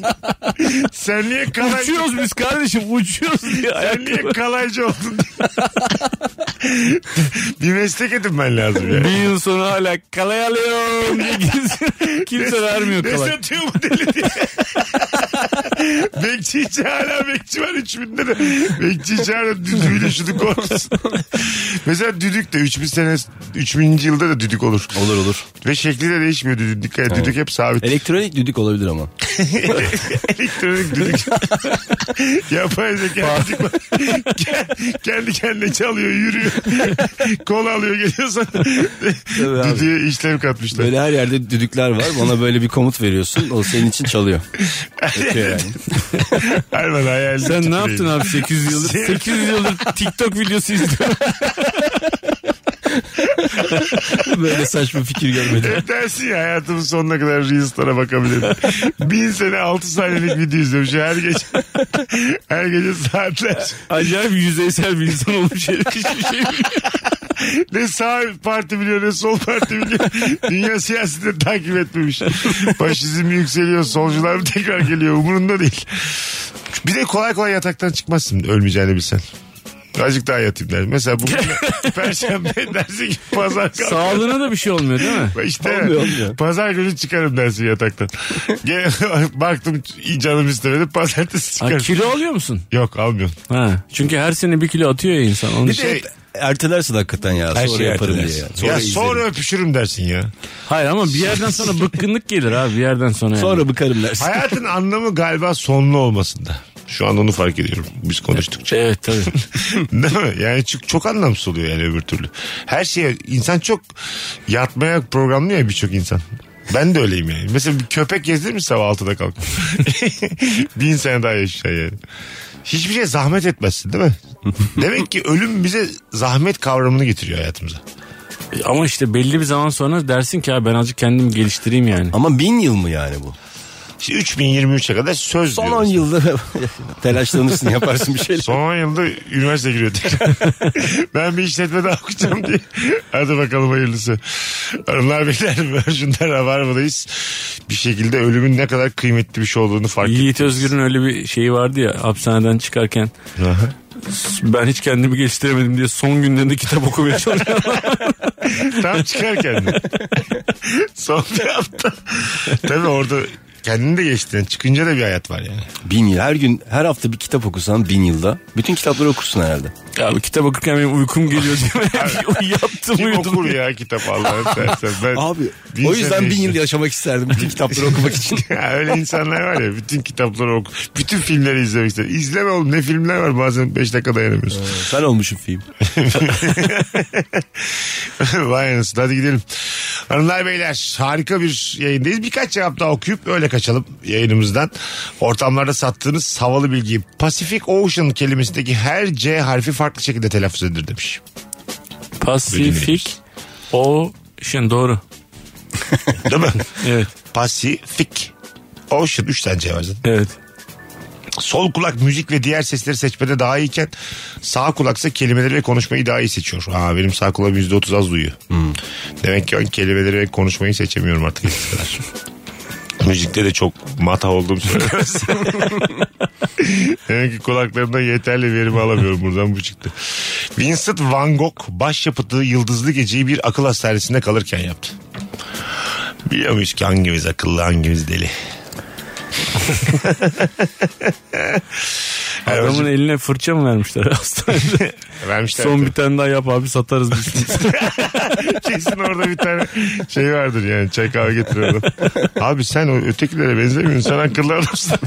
sen niye kalaycı, Uçuyoruz biz kardeşim uçuyoruz diye. sen niye kalaycı oldun? bir meslek edinmen lazım yani. Bir yıl sonra hala kalay alıyorum diye kimse- kimse vermiyor Ne kalay. satıyor bu deli diye. bekçi içi hala bekçi var 3000 lira. Bekçi içi hala düdüğüyle şunu korkusun. Mesela düdük de 3000 sene 3000. yılda da düdük olur. Olur olur. Ve şekli de değişmiyor düdük. Dikkat et, düdük hep E sabit. Elektronik düdük olabilir ama. Elektronik düdük. Yapay zeka düdük var. Kend- Kendi kendine çalıyor, yürüyor. Kol alıyor geliyor sana. abi. Düdüğe işlem katmışlar. Böyle her yerde düdükler var. Ona böyle bir komut veriyorsun. O senin için çalıyor. Ötüyor yani. Hayvan hayal. Sen ne yaptın abi 800 yıldır? Sen- 800 yıldır TikTok videosu izliyorum. Böyle saçma fikir görmedim. Hep dersin ya hayatımın sonuna kadar Reels'lara bakabilirim. Bin sene altı saniyelik video izliyorum şu her gece. her gece saatler. Acayip yüzeysel bir insan olmuş herif. Hiçbir şey bilmiyor. Ne sağ parti biliyor ne sol parti biliyor. Dünya siyasetini takip etmemiş. Faşizm yükseliyor solcular mı tekrar geliyor umurunda değil. Bir de kolay kolay yataktan çıkmazsın ölmeyeceğini bilsen. Azıcık daha yatayım der. Mesela bugün perşembe dersin ki pazar kalk. Sağlığına da bir şey olmuyor değil mi? İşte Olmuyor, olmuyor. pazar günü çıkarım dersin yataktan. Gel, baktım canım istemedi pazartesi Ha, çıkarım. kilo alıyor musun? Yok almıyorum. Ha. Çünkü her sene bir kilo atıyor ya insan. Onun Bir için- de ertelersin hakikaten ya. Her sonra şeyi yaparım ertelersin. diye. yani. Sonra ya sonra öpüşürüm dersin ya. Hayır ama bir yerden sonra bıkkınlık gelir abi bir yerden sonra. Yani. Sonra bıkarım dersin. Hayatın anlamı galiba sonlu olmasında. Şu an onu fark ediyorum biz konuştukça. Evet tabii. Değil mi? Yani çok, çok anlamsız oluyor yani öbür türlü. Her şeye insan çok yatmaya programlı ya birçok insan. Ben de öyleyim yani. Mesela bir köpek gezdirir mi sabah 6'da kalk? Bin sene daha yaşa yani. Hiçbir şey zahmet etmezsin değil mi? Demek ki ölüm bize zahmet kavramını getiriyor hayatımıza. ama işte belli bir zaman sonra dersin ki abi ben azıcık kendimi geliştireyim yani. Ama bin yıl mı yani bu? İşte 3023'e kadar söz Son diyor 10 mesela. yılda telaşlanırsın yaparsın bir şeyler. Son 10 yılda üniversite giriyor tekrar. ben bir işletme daha okuyacağım diye. Hadi bakalım hayırlısı. Hanımlar beyler Virgin'de Rabarba'dayız. Bir şekilde ölümün ne kadar kıymetli bir şey olduğunu fark ettim. Yiğit Özgür'ün öyle bir şeyi vardı ya hapishaneden çıkarken ben hiç kendimi geliştiremedim diye son günlerinde kitap okumaya çalışıyorum. Tam çıkarken de. Son bir hafta. Tabii orada kendini de geçtiğin çıkınca da bir hayat var yani. Bin yıl. Her gün her hafta bir kitap okusan bin yılda. Bütün kitapları okursun herhalde. abi kitap okurken benim uykum geliyor diye ben yattım Kim uyudum. okur ya kitap Allah'ın sersen. Ben Abi bin o sene yüzden bin yıl yaşamak isterdim bütün kitapları okumak için. Ya öyle insanlar var ya bütün kitapları oku. Bütün filmleri izlemek ister. İzleme oğlum ne filmler var bazen 5 dakika dayanamıyorsun. Sen olmuşum film. Vay anasını hadi gidelim. Hanımlar beyler harika bir yayındayız. Birkaç cevap daha okuyup öyle kaçalım yayınımızdan. Ortamlarda sattığınız havalı bilgiyi Pacific Ocean kelimesindeki her C harfi farklı şekilde telaffuz edilir demiş. Pacific Ocean doğru. Değil mi? Evet Pacific Ocean 3 tane C var zaten. evet. Sol kulak müzik ve diğer sesleri seçmede daha iyiyken sağ kulaksa kelimeleri ve konuşmayı daha iyi seçiyor. Aa, benim sağ kulağım %30 az duyuyor. Demek ki ben kelimeleri ve konuşmayı seçemiyorum artık. eskisi kadar. Müzikte de çok mata olduğum söylemez. Demek ki kulaklarımda yeterli verimi alamıyorum buradan bu çıktı. Vincent Van Gogh başyapıtı Yıldızlı Gece'yi bir akıl hastanesinde kalırken yaptı. Biliyor muyuz ki hangimiz akıllı hangimiz deli? Adamın eline fırça mı vermişler hastanede? Vermişler Son bir tane daha yap abi satarız biz. Kesin orada bir tane şey vardır yani çay kahve getiriyorum. Abi sen o ötekilere benzemiyorsun sen akıllı adamsın.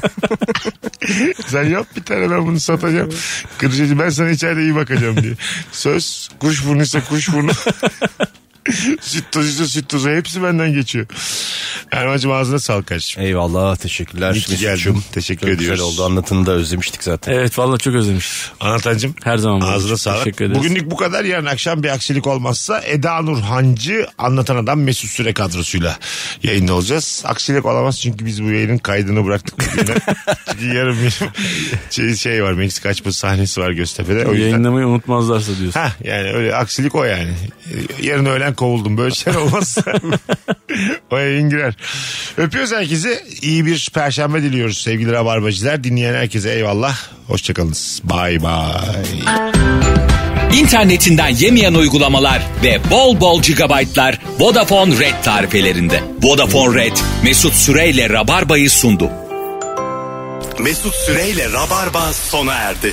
sen yap bir tane ben bunu satacağım. Kırıcı ben sana içeride iyi bakacağım diye. Söz kuş burnuysa kuş burnu. süt tozuysa süt tozu hepsi benden geçiyor. Erman'cığım ağzına sağlık kardeşim. Eyvallah teşekkürler. İyi ki geldin. Mesut'cum. Teşekkür Çok ediyoruz. Güzel oldu anlatını da özlemiştik zaten. evet valla çok özlemiş. Anlatancığım. Her zaman böyle. Ağzına sağlık. Teşekkür ederiz. Bugünlük bu kadar. Yarın akşam bir aksilik olmazsa Eda Nur Hancı anlatan adam Mesut Süre kadrosuyla yayında olacağız. Aksilik olamaz çünkü biz bu yayının kaydını bıraktık bugünden. çünkü yarın benim şey, şey var Meksika açma sahnesi var Göztepe'de. O yüzden... Yayınlamayı unutmazlarsa diyorsun. Hah, yani öyle aksilik o yani. Yarın öğlen kovuldum böyle şeyler olmazsa. o yayın girer. Öpüyoruz herkese. İyi bir perşembe diliyoruz sevgili rabarbacılar. Dinleyen herkese eyvallah. Hoşçakalınız. Bay bay. İnternetinden yemeyen uygulamalar ve bol bol gigabaytlar Vodafone Red tarifelerinde. Vodafone Red, Mesut Süreyle Rabarba'yı sundu. Mesut Süreyle Rabarba sona erdi.